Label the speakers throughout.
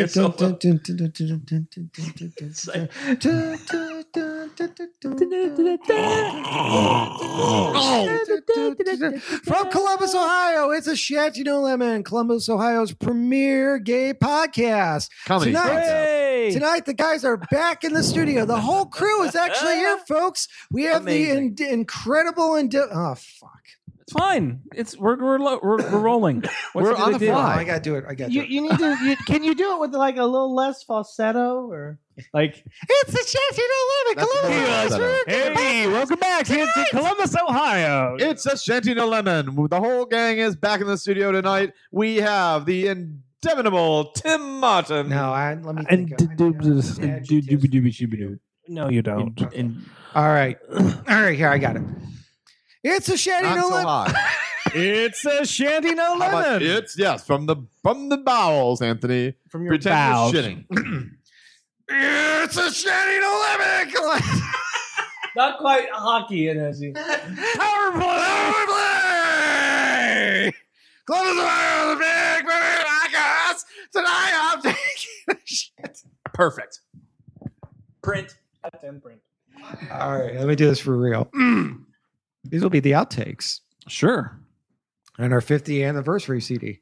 Speaker 1: It's a little- like-
Speaker 2: From Columbus, Ohio, it's a Shat You Know Lemon, Columbus, Ohio's premier gay podcast.
Speaker 3: Comedy.
Speaker 2: Tonight-
Speaker 3: Hey!
Speaker 4: Hey!
Speaker 2: Tonight, the guys are back in the studio. The whole crew is actually here, folks. We have
Speaker 1: Amazing.
Speaker 2: the in- incredible and oh fuck,
Speaker 4: It's fine. It's we're we're lo- we're, we're rolling. What's
Speaker 3: We're
Speaker 4: the
Speaker 3: on
Speaker 4: big
Speaker 3: the
Speaker 4: deal?
Speaker 2: Oh,
Speaker 3: fly.
Speaker 2: I gotta do it. I gotta
Speaker 5: You,
Speaker 2: do it.
Speaker 5: you need to. You, can you do it with like a little less falsetto or?
Speaker 4: Like,
Speaker 2: It's a Shat You Know
Speaker 3: That's
Speaker 2: Lemon,
Speaker 3: another
Speaker 2: Columbus.
Speaker 3: setup.
Speaker 4: hey, welcome back here to Columbus, Ohio.
Speaker 3: It's a shanty no lemon. The whole gang is back in the studio tonight. We have the indemitable Tim Martin.
Speaker 2: No, I, let me
Speaker 4: and
Speaker 2: think. of- I need an adjective.
Speaker 4: no, you don't.
Speaker 2: All right, all right. Here, I got it. It's a Shat You
Speaker 3: Not
Speaker 2: Know
Speaker 3: so
Speaker 2: Lemon.
Speaker 3: high.
Speaker 4: it's a shanty no
Speaker 3: How about- it's yes from the from the bowels, Anthony.
Speaker 5: From your
Speaker 3: Pretend
Speaker 4: bowels.
Speaker 3: you're shitting.
Speaker 2: It's a Shanty Lemon. Columbus.
Speaker 5: not quite hockey energy.
Speaker 4: Power play.
Speaker 2: Columbus, Ohio, the big river, I guess. Tonight I'm taking a shit.
Speaker 1: Perfect.
Speaker 5: Print. That's imprint.
Speaker 2: All right, let me do this for real. These will be the outtakes
Speaker 4: Sure.
Speaker 2: on our 50th anniversary CD.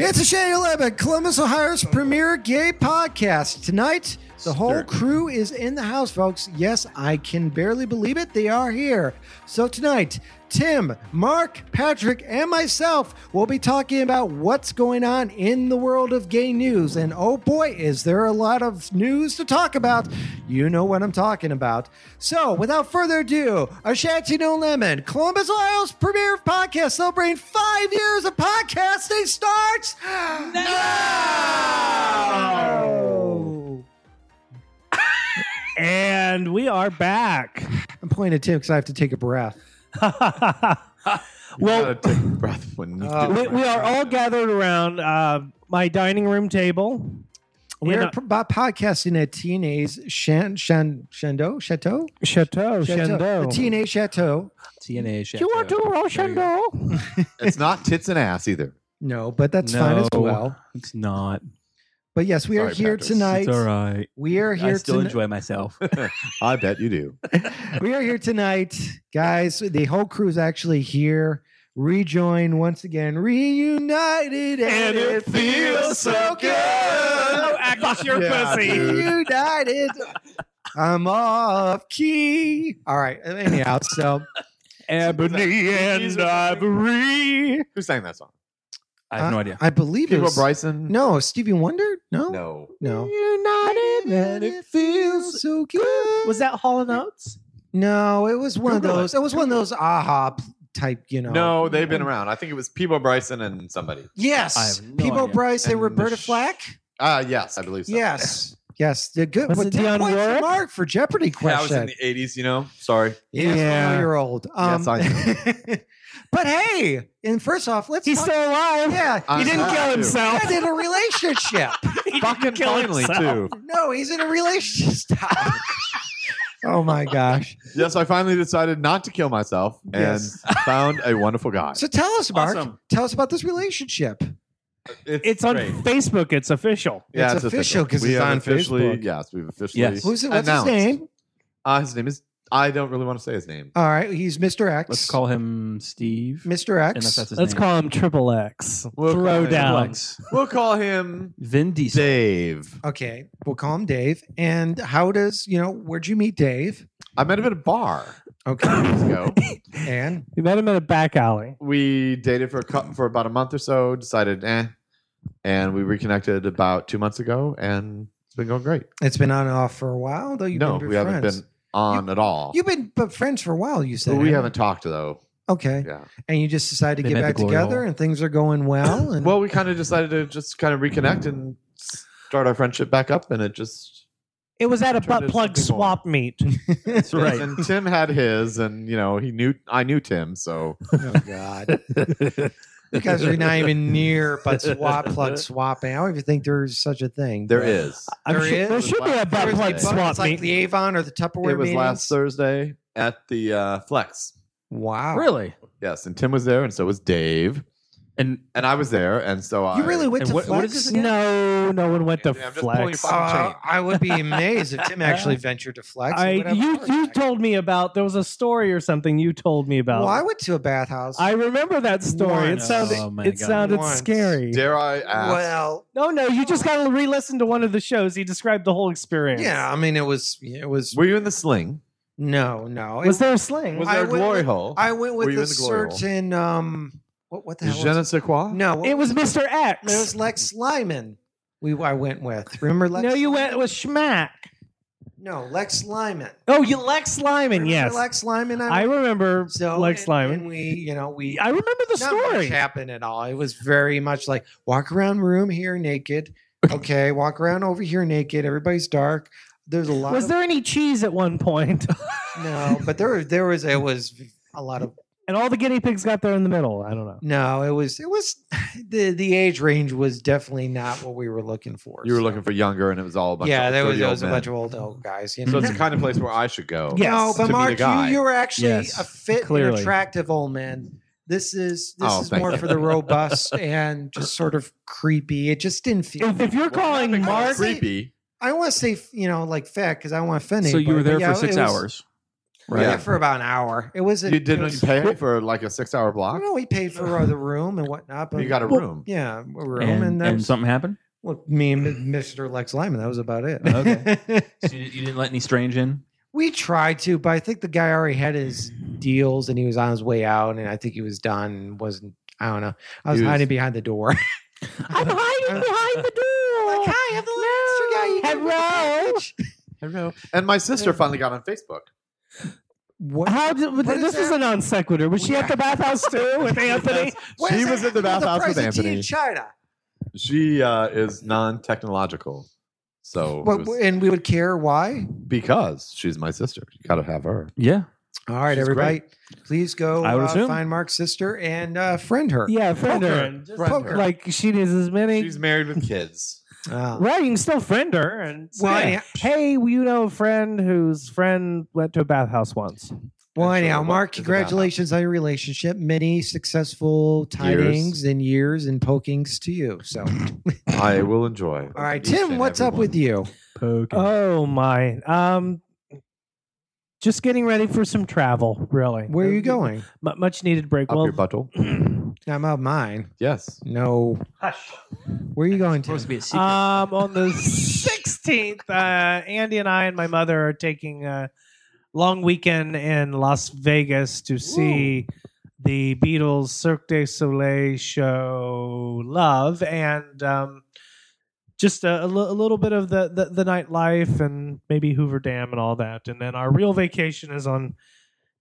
Speaker 2: It's a Shane 11, Columbus, Ohio's premier gay podcast. Tonight, the whole crew is in the house, folks. Yes, I can barely believe it. They are here. So, tonight, Tim, Mark, Patrick, and myself will be talking about what's going on in the world of gay news. And oh boy, is there a lot of news to talk about. You know what I'm talking about. So, without further ado, a Shanty No Lemon, Columbus, Ohio's premier podcast celebrating five years of podcasting starts now.
Speaker 4: And we are back.
Speaker 2: I'm pointing at Tim because I have to take a breath.
Speaker 4: well,
Speaker 3: You gotta take a breath when you
Speaker 2: Uh,
Speaker 3: do
Speaker 4: we,
Speaker 3: it.
Speaker 4: we are all gathered around uh, my dining room table.
Speaker 2: We're
Speaker 4: in a-
Speaker 2: p- po- podcasting at TNA's Shan, Shan, Shando, Chateau?
Speaker 4: chateau,
Speaker 2: The TNA Chateau.
Speaker 4: Do you want to roll Chateau?
Speaker 3: It's not tits and ass either.
Speaker 2: No, but that's fine as
Speaker 1: No.
Speaker 2: well.
Speaker 1: It's not.
Speaker 2: But yes, we are
Speaker 3: Sorry,
Speaker 2: here
Speaker 3: Patrick. It's
Speaker 2: tonight.
Speaker 1: right.
Speaker 2: We are here tonight.
Speaker 1: myself.
Speaker 3: I bet you do.
Speaker 2: we are here tonight, guys. The whole crew is actually here. Rejoin once again, reunited, and, it feels so good.
Speaker 4: Agnes,
Speaker 3: your Yeah, pussy. dude.
Speaker 2: Reunited. I'm off key. All right. Anyhow, so
Speaker 4: Ebony and ivory.
Speaker 3: Who sang that song?
Speaker 1: I
Speaker 2: uh,
Speaker 1: have no idea.
Speaker 2: I believe it
Speaker 3: People
Speaker 2: was
Speaker 3: Bryson?
Speaker 2: no Stevie Wonder. No,
Speaker 3: No.
Speaker 2: no.
Speaker 5: United
Speaker 2: And it feels so good.
Speaker 5: Was that Hall and Oates?
Speaker 2: No, it was one of
Speaker 3: Google it.
Speaker 2: those. It was one of those aha p- type. You know.
Speaker 3: No, they've been around. I think it was Peebo Bryson and somebody.
Speaker 2: Yes.
Speaker 1: I have no
Speaker 2: People
Speaker 1: idea.
Speaker 2: Bryce and
Speaker 3: And
Speaker 2: Roberta
Speaker 3: Mich-
Speaker 2: Flack.
Speaker 3: Uh yes, I believe so.
Speaker 2: Yes. Yes. The good
Speaker 4: Was
Speaker 2: well,
Speaker 4: it
Speaker 2: 10
Speaker 4: Dionne
Speaker 2: points for
Speaker 4: Warwick?
Speaker 2: Mark for Jeopardy
Speaker 3: Yeah, I was in
Speaker 2: question.
Speaker 3: the eighties, you know. Sorry.
Speaker 4: Yeah.
Speaker 2: year old. Um,
Speaker 3: Yes, I
Speaker 2: but hey, and first off, let's
Speaker 4: He's
Speaker 2: talk-
Speaker 4: still alive.
Speaker 2: yeah.
Speaker 3: I
Speaker 4: He didn't
Speaker 3: have
Speaker 4: kill
Speaker 3: to.
Speaker 4: himself.
Speaker 2: He's in a relationship.
Speaker 3: Fucking
Speaker 4: kill
Speaker 3: finally
Speaker 4: himself.
Speaker 3: too.
Speaker 2: no, he's in a relationship. Stop. oh my gosh.
Speaker 3: Yes, I finally decided not to kill myself and
Speaker 2: Yes.
Speaker 3: found a wonderful guy.
Speaker 2: So tell us, Mark.
Speaker 1: Awesome.
Speaker 2: Tell us about this relationship.
Speaker 4: It's on
Speaker 3: great.
Speaker 4: Facebook. It's official.
Speaker 3: Yeah,
Speaker 2: it's official 'cause
Speaker 3: We
Speaker 2: it's
Speaker 3: have
Speaker 2: on
Speaker 3: officially,
Speaker 2: Facebook.
Speaker 3: Yes, we've officially.
Speaker 1: Yes.
Speaker 2: Who's it? What's
Speaker 3: announced.
Speaker 2: his name?
Speaker 3: Uh, his name is. I don't really want to say his name.
Speaker 2: All right, he's Mr. X.
Speaker 1: Let's call him Steve.
Speaker 2: Mr.
Speaker 1: And
Speaker 2: X.
Speaker 1: if that's his
Speaker 4: Let's
Speaker 1: name.
Speaker 4: call him Triple X.
Speaker 3: We'll call
Speaker 4: Throw
Speaker 3: him
Speaker 4: down.
Speaker 1: Alex.
Speaker 3: We'll call him
Speaker 1: Vin Diesel.
Speaker 3: Dave.
Speaker 2: Okay, we'll call him Dave. And how does you know where'd you meet Dave?
Speaker 3: I met him at a bar.
Speaker 2: Okay,
Speaker 3: years ago.
Speaker 2: and
Speaker 4: We met him in a back alley.
Speaker 3: we dated for a cou- for about a month or so. Decided, eh, and we reconnected about two months ago, and it's been going great.
Speaker 2: it's been on and off for a while though. You've
Speaker 3: no,
Speaker 2: been
Speaker 3: we haven't
Speaker 2: friends.
Speaker 3: been on at all.
Speaker 2: You've been but friends for a while. You
Speaker 3: But
Speaker 2: said
Speaker 3: we haven't talked though.
Speaker 2: Okay,
Speaker 3: Yeah.
Speaker 2: and you just decided to
Speaker 1: They
Speaker 2: get
Speaker 1: met
Speaker 2: back
Speaker 1: the glory
Speaker 2: together,
Speaker 1: hole.
Speaker 2: and things are going well. And
Speaker 3: Well, we kind of decided to just kind of reconnect and start our friendship back up, and it just
Speaker 4: It was at a
Speaker 3: Turned
Speaker 4: butt
Speaker 3: into
Speaker 4: plug
Speaker 3: something more.
Speaker 4: swap meet.
Speaker 1: That's right.
Speaker 3: And Tim had his, and you know he knew I knew Tim, so
Speaker 2: Oh God, you guys are not even near butt swap plug swapping. I don't even think there's such a thing.
Speaker 3: there is.
Speaker 4: I'm
Speaker 2: There
Speaker 4: sure-
Speaker 2: is.
Speaker 4: there should be a
Speaker 3: There
Speaker 2: It's
Speaker 3: was
Speaker 4: butt
Speaker 3: a
Speaker 4: plug
Speaker 2: like,
Speaker 3: butt-
Speaker 4: swap
Speaker 2: it's like
Speaker 4: meet.
Speaker 2: the Avon or the Tupperware.
Speaker 3: it was
Speaker 2: meetings.
Speaker 3: last Thursday at the uh, Flex.
Speaker 2: Wow,
Speaker 1: Really?
Speaker 3: Yes, and Tim was there, and so was Dave,
Speaker 1: And
Speaker 3: and I was there, and so I.
Speaker 2: You really went
Speaker 1: And
Speaker 2: to
Speaker 1: what- what is
Speaker 2: Flex?
Speaker 1: this again?
Speaker 4: No, no one went to
Speaker 3: Yeah, I'm just pulling
Speaker 4: flex.
Speaker 3: your phone.
Speaker 2: Uh, I would be amazed if Tim actually ventured to flex.
Speaker 4: I
Speaker 2: He would have a
Speaker 4: you
Speaker 2: heart
Speaker 4: you
Speaker 2: attack.
Speaker 4: told me about there was a story or something you told me about.
Speaker 2: Well, I went to a bathhouse.
Speaker 4: I remember that story. It
Speaker 2: Once.
Speaker 4: sounded
Speaker 1: Oh, my
Speaker 4: it
Speaker 1: God.
Speaker 4: sounded
Speaker 2: Once.
Speaker 4: scary.
Speaker 3: Dare I ask?
Speaker 2: well,
Speaker 4: No, no, you just got to re-listen to one of the shows. He described the whole experience.
Speaker 2: yeah, I mean, it was, it was
Speaker 3: were you in the sling?
Speaker 2: no, no.
Speaker 4: Was
Speaker 2: It-
Speaker 4: there a sling?
Speaker 3: Was
Speaker 2: I
Speaker 3: there a
Speaker 2: went
Speaker 3: glory
Speaker 2: with-
Speaker 3: hole?
Speaker 2: I went with
Speaker 3: were you
Speaker 2: a
Speaker 3: in the glory hole?
Speaker 2: certain um, what what the hell?
Speaker 3: Je ne
Speaker 2: Was
Speaker 3: sais quoi.
Speaker 2: it? No, what-
Speaker 4: it was Mr. X.
Speaker 2: it was Lex Lyman. We I went with. Remember Lex?
Speaker 4: no, you
Speaker 2: Lyman?
Speaker 4: went with Schmack.
Speaker 2: No, Lex Lyman.
Speaker 4: Oh, you Lex Lyman.
Speaker 2: Remember
Speaker 4: Yes,
Speaker 2: Lex Lyman.
Speaker 4: I
Speaker 2: went-
Speaker 4: remember
Speaker 2: so
Speaker 4: Lex
Speaker 2: and-
Speaker 4: Lyman.
Speaker 2: And we, you know, we
Speaker 4: I remember the
Speaker 2: not much
Speaker 4: story.
Speaker 2: happened at all. It was very much like walk around room here naked. Okay, walk around over here naked. Everybody's dark. There's a lot.
Speaker 4: Was
Speaker 2: of,
Speaker 4: there any cheese at one point?
Speaker 2: no? But there, there was. It was a lot of
Speaker 4: and all the guinea pigs got there in the middle. I don't know.
Speaker 2: no. It was. It was the the age range was definitely not what we were looking for.
Speaker 3: You were
Speaker 2: so.
Speaker 3: looking for younger, and it was all a bunch
Speaker 2: yeah,
Speaker 3: of
Speaker 2: there was,
Speaker 3: 30
Speaker 2: there
Speaker 3: old
Speaker 2: was a
Speaker 3: men.
Speaker 2: bunch of old old guys. You know?
Speaker 3: So it's the kind of place where I should go.
Speaker 4: Yeah.
Speaker 2: no,
Speaker 4: Yes,
Speaker 3: to
Speaker 2: but
Speaker 3: be the
Speaker 2: Mark, you
Speaker 3: guy.
Speaker 2: you were actually
Speaker 1: Yes,
Speaker 2: a fit, and
Speaker 4: clearly.
Speaker 2: attractive old man. This is this
Speaker 3: Oh,
Speaker 2: is
Speaker 3: thank
Speaker 2: more
Speaker 3: you.
Speaker 2: for the robust and just sort of creepy. It just didn't feel.
Speaker 4: If, if
Speaker 3: Well,
Speaker 4: you're calling
Speaker 3: that'd be
Speaker 4: Mark,
Speaker 3: creepy.
Speaker 2: I want to say, you know, like fat because I want to finish.
Speaker 1: so you were there for six hours.
Speaker 2: Right. Yeah,
Speaker 3: Yeah.
Speaker 2: for about an hour. It was. A,
Speaker 3: You
Speaker 2: it
Speaker 3: didn't
Speaker 2: was-
Speaker 3: pay for like a six-hour
Speaker 2: I
Speaker 3: block.
Speaker 2: know we paid for uh, the room and whatnot, but
Speaker 3: You got a
Speaker 4: Well,
Speaker 3: room.
Speaker 2: yeah, a room and,
Speaker 1: And,
Speaker 2: that
Speaker 1: and
Speaker 2: was-
Speaker 1: something happened?
Speaker 2: well, me and Mr. Lex Lyman. That was about it.
Speaker 1: Okay. So you, you didn't let any strange in?
Speaker 2: we tried to, but I think the guy already had his deals and he was on his way out, and I think he was done. and Wasn't I don't know. I was,
Speaker 3: He was-
Speaker 2: hiding behind the door.
Speaker 4: I'm hiding behind the door.
Speaker 2: Uh, Like, hi, I'm the Lannister
Speaker 4: No.
Speaker 2: guy. You
Speaker 4: Hello.
Speaker 3: Hello. And my sister finally got on Facebook.
Speaker 2: What?
Speaker 4: How did,
Speaker 2: What is
Speaker 4: this is
Speaker 2: that?
Speaker 4: a non sequitur. Was she at the bathhouse too with Anthony?
Speaker 2: What
Speaker 3: she
Speaker 2: is
Speaker 3: was
Speaker 2: that?
Speaker 3: at the
Speaker 2: What
Speaker 3: bathhouse
Speaker 2: price
Speaker 3: with
Speaker 2: of tea
Speaker 3: Anthony.
Speaker 2: in China.
Speaker 3: She uh, is non-technological, so it
Speaker 2: What,
Speaker 3: was-
Speaker 2: and we would care why.
Speaker 3: because she's my sister, you gotta have her.
Speaker 1: Yeah.
Speaker 2: All right,
Speaker 3: She's
Speaker 2: everybody, please go
Speaker 1: I would
Speaker 2: uh,
Speaker 1: assume.
Speaker 2: find Mark's sister and uh, friend her.
Speaker 4: Yeah, friend her.
Speaker 2: Poker.
Speaker 4: and just-
Speaker 2: Friend her.
Speaker 4: Like she needs as many.
Speaker 3: She's married with kids.
Speaker 2: Uh,
Speaker 4: right, you can still friend her. And
Speaker 2: well,
Speaker 4: Yeah.
Speaker 2: anyhow,
Speaker 4: hey, you know a friend whose friend went to a bathhouse once.
Speaker 2: well,
Speaker 3: And so
Speaker 2: anyhow,
Speaker 3: what
Speaker 2: Mark,
Speaker 3: is it about?
Speaker 2: congratulations on your relationship. Many successful tidings and years and pokings to you. So, all
Speaker 3: I will enjoy.
Speaker 2: right, Tim, what's up with you?
Speaker 1: Poke.
Speaker 2: Uh,
Speaker 4: Oh my. Um, just getting ready for some travel. Really,
Speaker 2: Where are you going?
Speaker 4: Mu- much needed break.
Speaker 3: Up
Speaker 4: well,
Speaker 3: your butthole.
Speaker 4: um,
Speaker 2: I'm out mine.
Speaker 3: Yes.
Speaker 2: No. Where are you going, Tim?
Speaker 1: supposed to be a secret.
Speaker 4: Um, on the sixteenth, uh, Andy and I and my mother are taking a long weekend in Las Vegas to see the Beatles Cirque du Soleil show Love and. Um, just a, a li- a little bit of the, the, the nightlife and maybe Hoover Dam and all that. And then our real vacation is on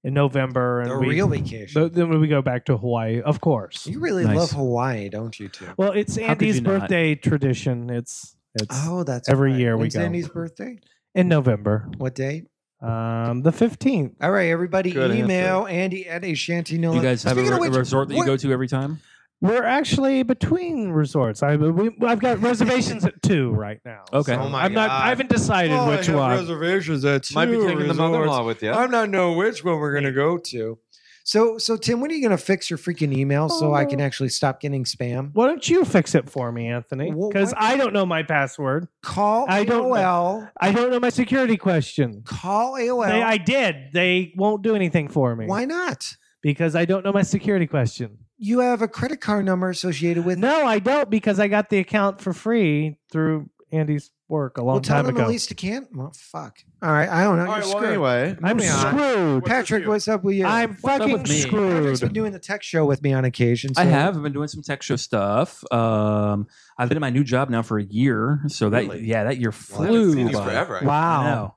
Speaker 4: in November. And
Speaker 2: The
Speaker 4: we,
Speaker 2: real vacation.
Speaker 4: So then we go back to Hawaii, of course.
Speaker 2: you really
Speaker 1: Nice.
Speaker 2: love Hawaii, don't you, Tim?
Speaker 4: Well, it's
Speaker 1: How could
Speaker 4: Andy's
Speaker 1: you not?
Speaker 4: birthday tradition. It's it's
Speaker 2: Oh, that's
Speaker 4: every
Speaker 2: right.
Speaker 4: year we
Speaker 2: When's
Speaker 4: go.
Speaker 2: Andy's birthday?
Speaker 4: in November,
Speaker 2: What date?
Speaker 4: um, the fifteenth.
Speaker 2: All right, everybody,
Speaker 3: Good answer.
Speaker 2: email Andy at a shanty
Speaker 1: Do you guys have a,
Speaker 2: Speaking of
Speaker 1: re-
Speaker 2: which,
Speaker 1: resort that
Speaker 2: what-
Speaker 1: you go to every time?
Speaker 4: We're actually between resorts. I we, I've got reservations at two right now.
Speaker 1: Okay.
Speaker 2: Oh my
Speaker 4: I'm not.
Speaker 2: God. Oh,
Speaker 4: I haven't decided which one.
Speaker 2: reservations at
Speaker 3: Might be taking the mother-in-law with you.
Speaker 2: I'm not know which one we're gonna go to. So, so Tim, when are you gonna fix your freaking email so I can actually stop getting spam?
Speaker 4: Why don't you fix it for me, Anthony?
Speaker 2: Wh-
Speaker 4: Because
Speaker 2: what-
Speaker 4: I don't know my password.
Speaker 2: Call
Speaker 4: I don't know.
Speaker 2: AOL.
Speaker 4: I don't know my security question.
Speaker 2: Call AOL.
Speaker 4: They, I did. They won't do anything for me.
Speaker 2: Why not?
Speaker 4: Because I don't know my security question.
Speaker 2: You have a credit card number associated with.
Speaker 4: No, I don't because I got the account for free through Andy's work a long
Speaker 2: well, tell
Speaker 4: time
Speaker 2: them
Speaker 4: ago.
Speaker 2: at least you can't. Well, fuck. All right, I don't know. You're
Speaker 3: All right. Well,
Speaker 2: screwed.
Speaker 3: anyway,
Speaker 4: I'm
Speaker 2: Moving on.
Speaker 4: screwed.
Speaker 3: What's with
Speaker 2: Patrick,
Speaker 3: you?
Speaker 2: what's up with you?
Speaker 4: I'm
Speaker 1: What's up
Speaker 4: fucking
Speaker 1: with me?
Speaker 2: Patrick's been
Speaker 4: screwed.
Speaker 2: doing the tech show with me on occasion.
Speaker 1: I
Speaker 2: so-
Speaker 1: have. I've been doing some tech show stuff. Um, I've been at my new job now for a year. So that
Speaker 3: Really?
Speaker 1: yeah, that year
Speaker 3: Well, I haven't
Speaker 1: flew
Speaker 3: seen you
Speaker 1: by.
Speaker 3: forever.
Speaker 1: I
Speaker 4: Wow.
Speaker 1: know.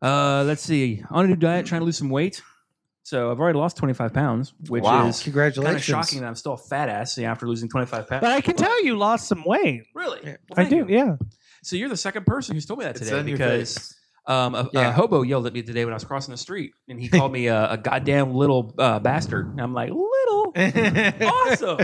Speaker 1: Uh, let's see. On a new diet, trying to lose some weight. So I've already lost 25 pounds, which
Speaker 3: Wow.
Speaker 1: is
Speaker 2: Congratulations.
Speaker 1: kind of shocking that I'm still a fat ass after losing 25 pounds.
Speaker 4: But I can tell you lost some weight.
Speaker 1: really,
Speaker 2: Yeah.
Speaker 1: Well,
Speaker 4: I
Speaker 1: thank
Speaker 4: do.
Speaker 1: you.
Speaker 4: Yeah.
Speaker 1: So you're the second person who's told me that
Speaker 3: It's
Speaker 1: today
Speaker 3: on your
Speaker 1: because
Speaker 3: face.
Speaker 1: um, a,
Speaker 2: Yeah.
Speaker 1: a hobo yelled at me today when I was crossing the street, and he called me a, a goddamn little uh, bastard. And I'm like, little, awesome,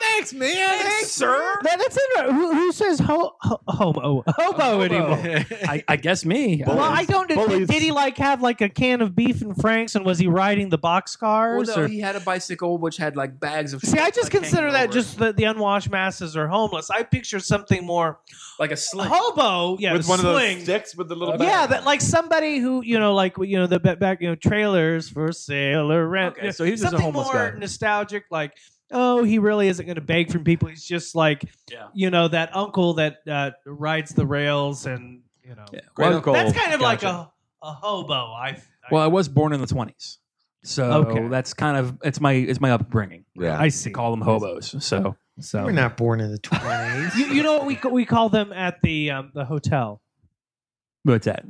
Speaker 3: thanks, man.
Speaker 1: thanks, sir.
Speaker 5: That, that's it. Who, who says ho, ho, homo? Hobo
Speaker 1: Hobo.
Speaker 5: anymore?
Speaker 1: I, I guess me.
Speaker 3: Bullies.
Speaker 4: Well, I don't.
Speaker 3: Bullies.
Speaker 4: Did, did he like have like a can of beef and Franks, and was he riding the
Speaker 1: Well,
Speaker 4: boxcars?
Speaker 1: no,
Speaker 4: or?
Speaker 1: he had a bicycle which had like bags of.
Speaker 4: See, I just
Speaker 1: like,
Speaker 4: consider
Speaker 1: hanging
Speaker 4: that
Speaker 1: over it.
Speaker 4: just the, the unwashed masses are homeless. I picture something more
Speaker 1: like a sling.
Speaker 4: hobo. Yeah,
Speaker 3: with
Speaker 4: the
Speaker 3: one of
Speaker 4: sling.
Speaker 3: those sticks with the little.
Speaker 4: yeah,
Speaker 3: bat.
Speaker 4: that like somebody who you know, like you know, the ba- back you know, trailers for sale or rent.
Speaker 1: Okay, so he was just a
Speaker 4: something
Speaker 1: homeless
Speaker 4: more
Speaker 1: guy.
Speaker 4: nostalgic, like oh, he really isn't going to beg from people. He's just like
Speaker 1: Yeah.
Speaker 4: you know that uncle that uh, rides the rails and you know
Speaker 1: Yeah.
Speaker 3: Great
Speaker 1: Well,
Speaker 3: uncle.
Speaker 4: that's kind of like
Speaker 1: Gotcha.
Speaker 4: a a hobo. I, I
Speaker 1: Well, I was born in the twenties, so
Speaker 4: Okay.
Speaker 1: that's kind of it's my it's my upbringing.
Speaker 3: Yeah.
Speaker 4: I see.
Speaker 1: They call them hobos. So
Speaker 2: You
Speaker 4: so
Speaker 2: We're not born in the 20s.
Speaker 4: you, you know what we ca- we call them at the um, the hotel
Speaker 1: what's that?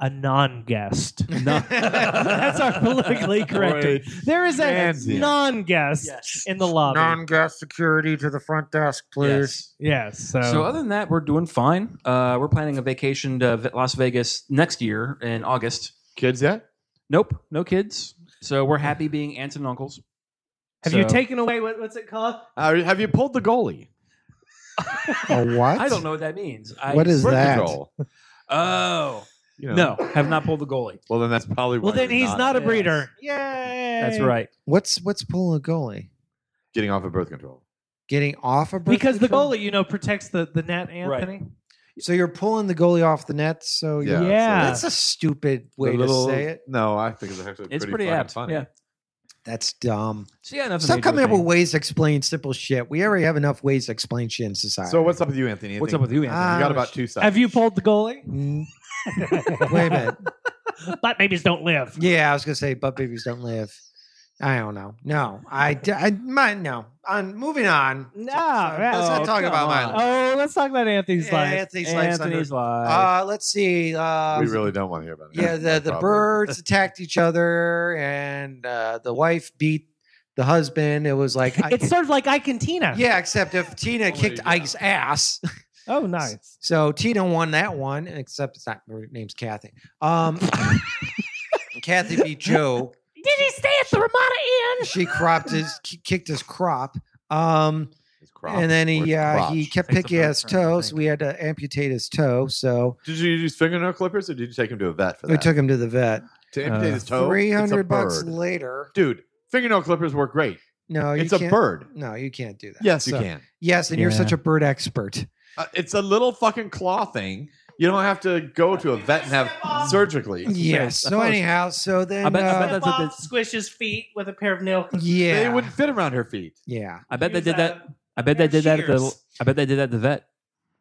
Speaker 4: a non-guest.
Speaker 1: No.
Speaker 4: That's our politically correct. term. There is a
Speaker 3: Transient.
Speaker 4: non-guest
Speaker 1: Yes.
Speaker 4: in the lobby.
Speaker 2: gas security to the front desk,
Speaker 1: Yes.
Speaker 4: yes. So,
Speaker 1: So other than that, we're doing fine. Uh, we're planning a vacation to Ve- Las Vegas next year in August.
Speaker 3: Kids yet?
Speaker 1: Nope, no kids. So we're happy being aunts and uncles.
Speaker 4: have you
Speaker 1: So-
Speaker 4: taken away what, what's it called?
Speaker 3: Uh, have you pulled the goalie?
Speaker 2: A what?
Speaker 1: I don't know what that means. I,
Speaker 2: What is
Speaker 3: Birth
Speaker 2: that?
Speaker 3: control,
Speaker 1: Oh
Speaker 3: you know.
Speaker 1: no, have not pulled the goalie.
Speaker 3: Well, then that's probably. why
Speaker 4: Well, then
Speaker 3: you're
Speaker 4: he's not, a
Speaker 1: Yes.
Speaker 4: breeder. Yay!
Speaker 1: That's right.
Speaker 2: What's what's pulling a goalie?
Speaker 3: getting off of birth control.
Speaker 2: Getting off a birth
Speaker 4: Because the
Speaker 2: control?
Speaker 4: goalie, you know, protects the, the net, Anthony.
Speaker 2: So you're pulling the goalie off the net. So
Speaker 3: Yeah.
Speaker 2: yeah,
Speaker 4: Yeah.
Speaker 2: that's a stupid way
Speaker 3: The little-
Speaker 2: to say it.
Speaker 3: No, I think it's actually
Speaker 1: It's pretty,
Speaker 3: fucking
Speaker 1: apt.
Speaker 3: Funny.
Speaker 1: Yeah.
Speaker 2: That's dumb.
Speaker 1: So yeah, nothing.
Speaker 2: Stop
Speaker 1: major
Speaker 2: coming up
Speaker 1: thing.
Speaker 2: with ways to explain simple shit. We already have enough ways to explain shit in society.
Speaker 3: So what's up with you, Anthony?
Speaker 1: What's up
Speaker 3: Anything-
Speaker 1: with you, Anthony?
Speaker 2: Ah.
Speaker 3: You got about two seconds.
Speaker 4: Have you pulled the goalie?
Speaker 2: Mm. Wait a minute.
Speaker 4: But babies don't live.
Speaker 2: Yeah, I was gonna say, butt babies don't live. I don't know. No, I, d- I, my, no. On moving on.
Speaker 4: No.
Speaker 2: let's
Speaker 4: right.
Speaker 2: not talk
Speaker 1: come
Speaker 2: about my
Speaker 1: on.
Speaker 2: life.
Speaker 4: Oh, let's talk about Anthony's life.
Speaker 2: Anthony's life's under.
Speaker 1: Anthony's live.
Speaker 2: Uh, let's see. Uh,
Speaker 3: we really don't want to hear about it.
Speaker 2: yeah, the the
Speaker 3: Probably.
Speaker 2: birds attacked each other, and uh, the wife beat the husband. It was like, I-
Speaker 4: It's sort of like Icantina.
Speaker 2: yeah, except if Tina
Speaker 3: there
Speaker 2: kicked
Speaker 3: you go.
Speaker 2: Ike's ass.
Speaker 4: Oh, nice.
Speaker 2: So Tina won that one, except it's not her name's Kathy. Um, Kathy beat Joe.
Speaker 4: Did he stay at the
Speaker 1: Oh,
Speaker 4: Ramada
Speaker 2: She cropped his, kicked his crop. Um,
Speaker 3: It's crop.
Speaker 2: and then he
Speaker 3: Or
Speaker 2: uh,
Speaker 3: crotch.
Speaker 2: he kept
Speaker 1: Takes a
Speaker 2: picking
Speaker 1: bird
Speaker 2: his
Speaker 1: turn, I
Speaker 2: toes.
Speaker 1: think.
Speaker 2: We had to amputate his toe, so
Speaker 3: Did you use fingernail clippers or did you take him to a vet for that?
Speaker 2: we took him to the vet.
Speaker 3: to amputate
Speaker 1: Uh,
Speaker 3: his toe.
Speaker 2: Three hundred bucks
Speaker 3: Later.
Speaker 2: later.
Speaker 3: Dude, fingernail clippers work great.
Speaker 2: No, you
Speaker 3: it's
Speaker 2: can't,
Speaker 3: a bird.
Speaker 2: No, you can't do that.
Speaker 3: Yes, you
Speaker 1: uh,
Speaker 2: So-
Speaker 3: can.
Speaker 2: Yes, and you're such a bird expert.
Speaker 3: Uh, it's a little fucking claw thing. You don't have to go to a vet and have surgically.
Speaker 2: Yes.
Speaker 1: I
Speaker 2: So
Speaker 1: thought it was-
Speaker 2: anyhow, so then
Speaker 1: I bet- I
Speaker 2: uh,
Speaker 1: bet
Speaker 4: in?
Speaker 1: That's what
Speaker 4: Bob squishes feet with a pair of nails.
Speaker 2: yeah,
Speaker 3: They wouldn't fit around her feet.
Speaker 2: yeah.
Speaker 1: I bet they
Speaker 4: Use
Speaker 1: did
Speaker 4: that-
Speaker 1: that. I bet they did that at the.
Speaker 4: Shears.
Speaker 1: I bet they did that at the vet.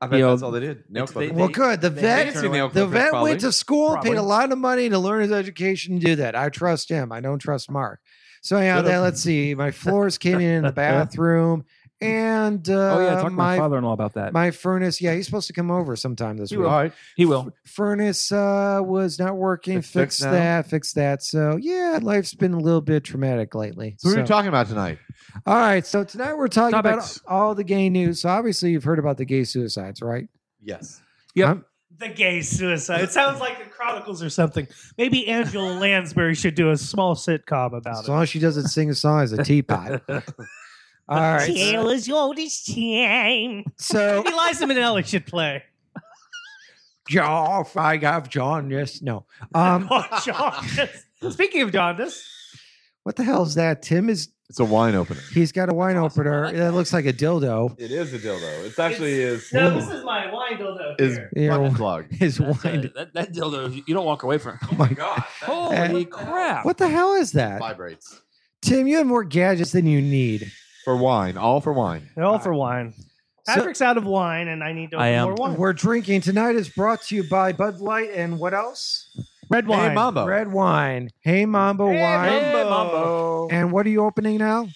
Speaker 3: I bet
Speaker 1: You know,
Speaker 3: that's all they did. Nail
Speaker 1: it's- they-
Speaker 3: clippers.
Speaker 2: Well, good. The
Speaker 1: they-
Speaker 2: vet,
Speaker 1: Fancy nail
Speaker 2: the vet
Speaker 3: probably.
Speaker 2: went to school, and paid a
Speaker 1: Probably.
Speaker 2: lot of money to learn his education, and do that. I trust him. I don't trust Mark. So anyhow,
Speaker 3: Should've.
Speaker 2: then let's see. My floors came in in the bathroom, and uh,
Speaker 1: Oh yeah, talk to
Speaker 2: my
Speaker 1: my father-in-law about that.
Speaker 2: my furnace. Yeah, he's supposed to come over sometime this week.
Speaker 3: All right.
Speaker 1: He will.
Speaker 2: Furnace uh, was not working.
Speaker 3: It's
Speaker 2: Fix
Speaker 3: fixed now?
Speaker 2: that. Fix that. So yeah, life's been a little bit traumatic lately.
Speaker 3: So, what are
Speaker 2: So-
Speaker 3: you talking about tonight?
Speaker 2: all right. So tonight we're talking
Speaker 1: Topics.
Speaker 2: about all the gay news. So obviously you've heard about the gay suicides, right? Um,
Speaker 3: Yes.
Speaker 4: uh, The gay suicide. It sounds like the Chronicles or something. Maybe Angela Lansbury should do a small sitcom about
Speaker 2: As
Speaker 4: it.
Speaker 2: long as she doesn't sing a song as a teapot. all right.
Speaker 4: is your time.
Speaker 2: So
Speaker 4: Maybe Liza Oh. Minnelli should play.
Speaker 2: John, I have John. Yes. No. Um.
Speaker 4: Oh, jaundice. Speaking of jaundice,
Speaker 2: What the hell is that? Tim is.
Speaker 3: It's a wine opener.
Speaker 2: He's got a wine opener that looks like a dildo.
Speaker 3: It is a dildo. It's actually is
Speaker 4: no, this is my wine dildo.
Speaker 3: is
Speaker 4: here.
Speaker 2: You know,
Speaker 3: plug.
Speaker 2: his
Speaker 1: That's
Speaker 2: wine. Oh
Speaker 1: a- that, that dildo, you don't walk away from. it.
Speaker 2: my
Speaker 3: God.
Speaker 1: Holy crap!
Speaker 2: What the hell is that?
Speaker 3: Vibrates.
Speaker 2: Tim, you have more gadgets than you need.
Speaker 3: For wine. All for wine.
Speaker 4: They're all for wine.
Speaker 2: So-
Speaker 4: Patrick's out of wine, and I need to
Speaker 1: I
Speaker 4: open
Speaker 1: am.
Speaker 4: more wine.
Speaker 2: We're drinking tonight is brought to you by Bud Light and what else?
Speaker 4: Red wine.
Speaker 3: Hey, Mambo.
Speaker 2: Red wine. Hey Mambo
Speaker 4: Hey,
Speaker 2: wine.
Speaker 4: Mambo.
Speaker 3: Uh,
Speaker 2: And what are you opening now?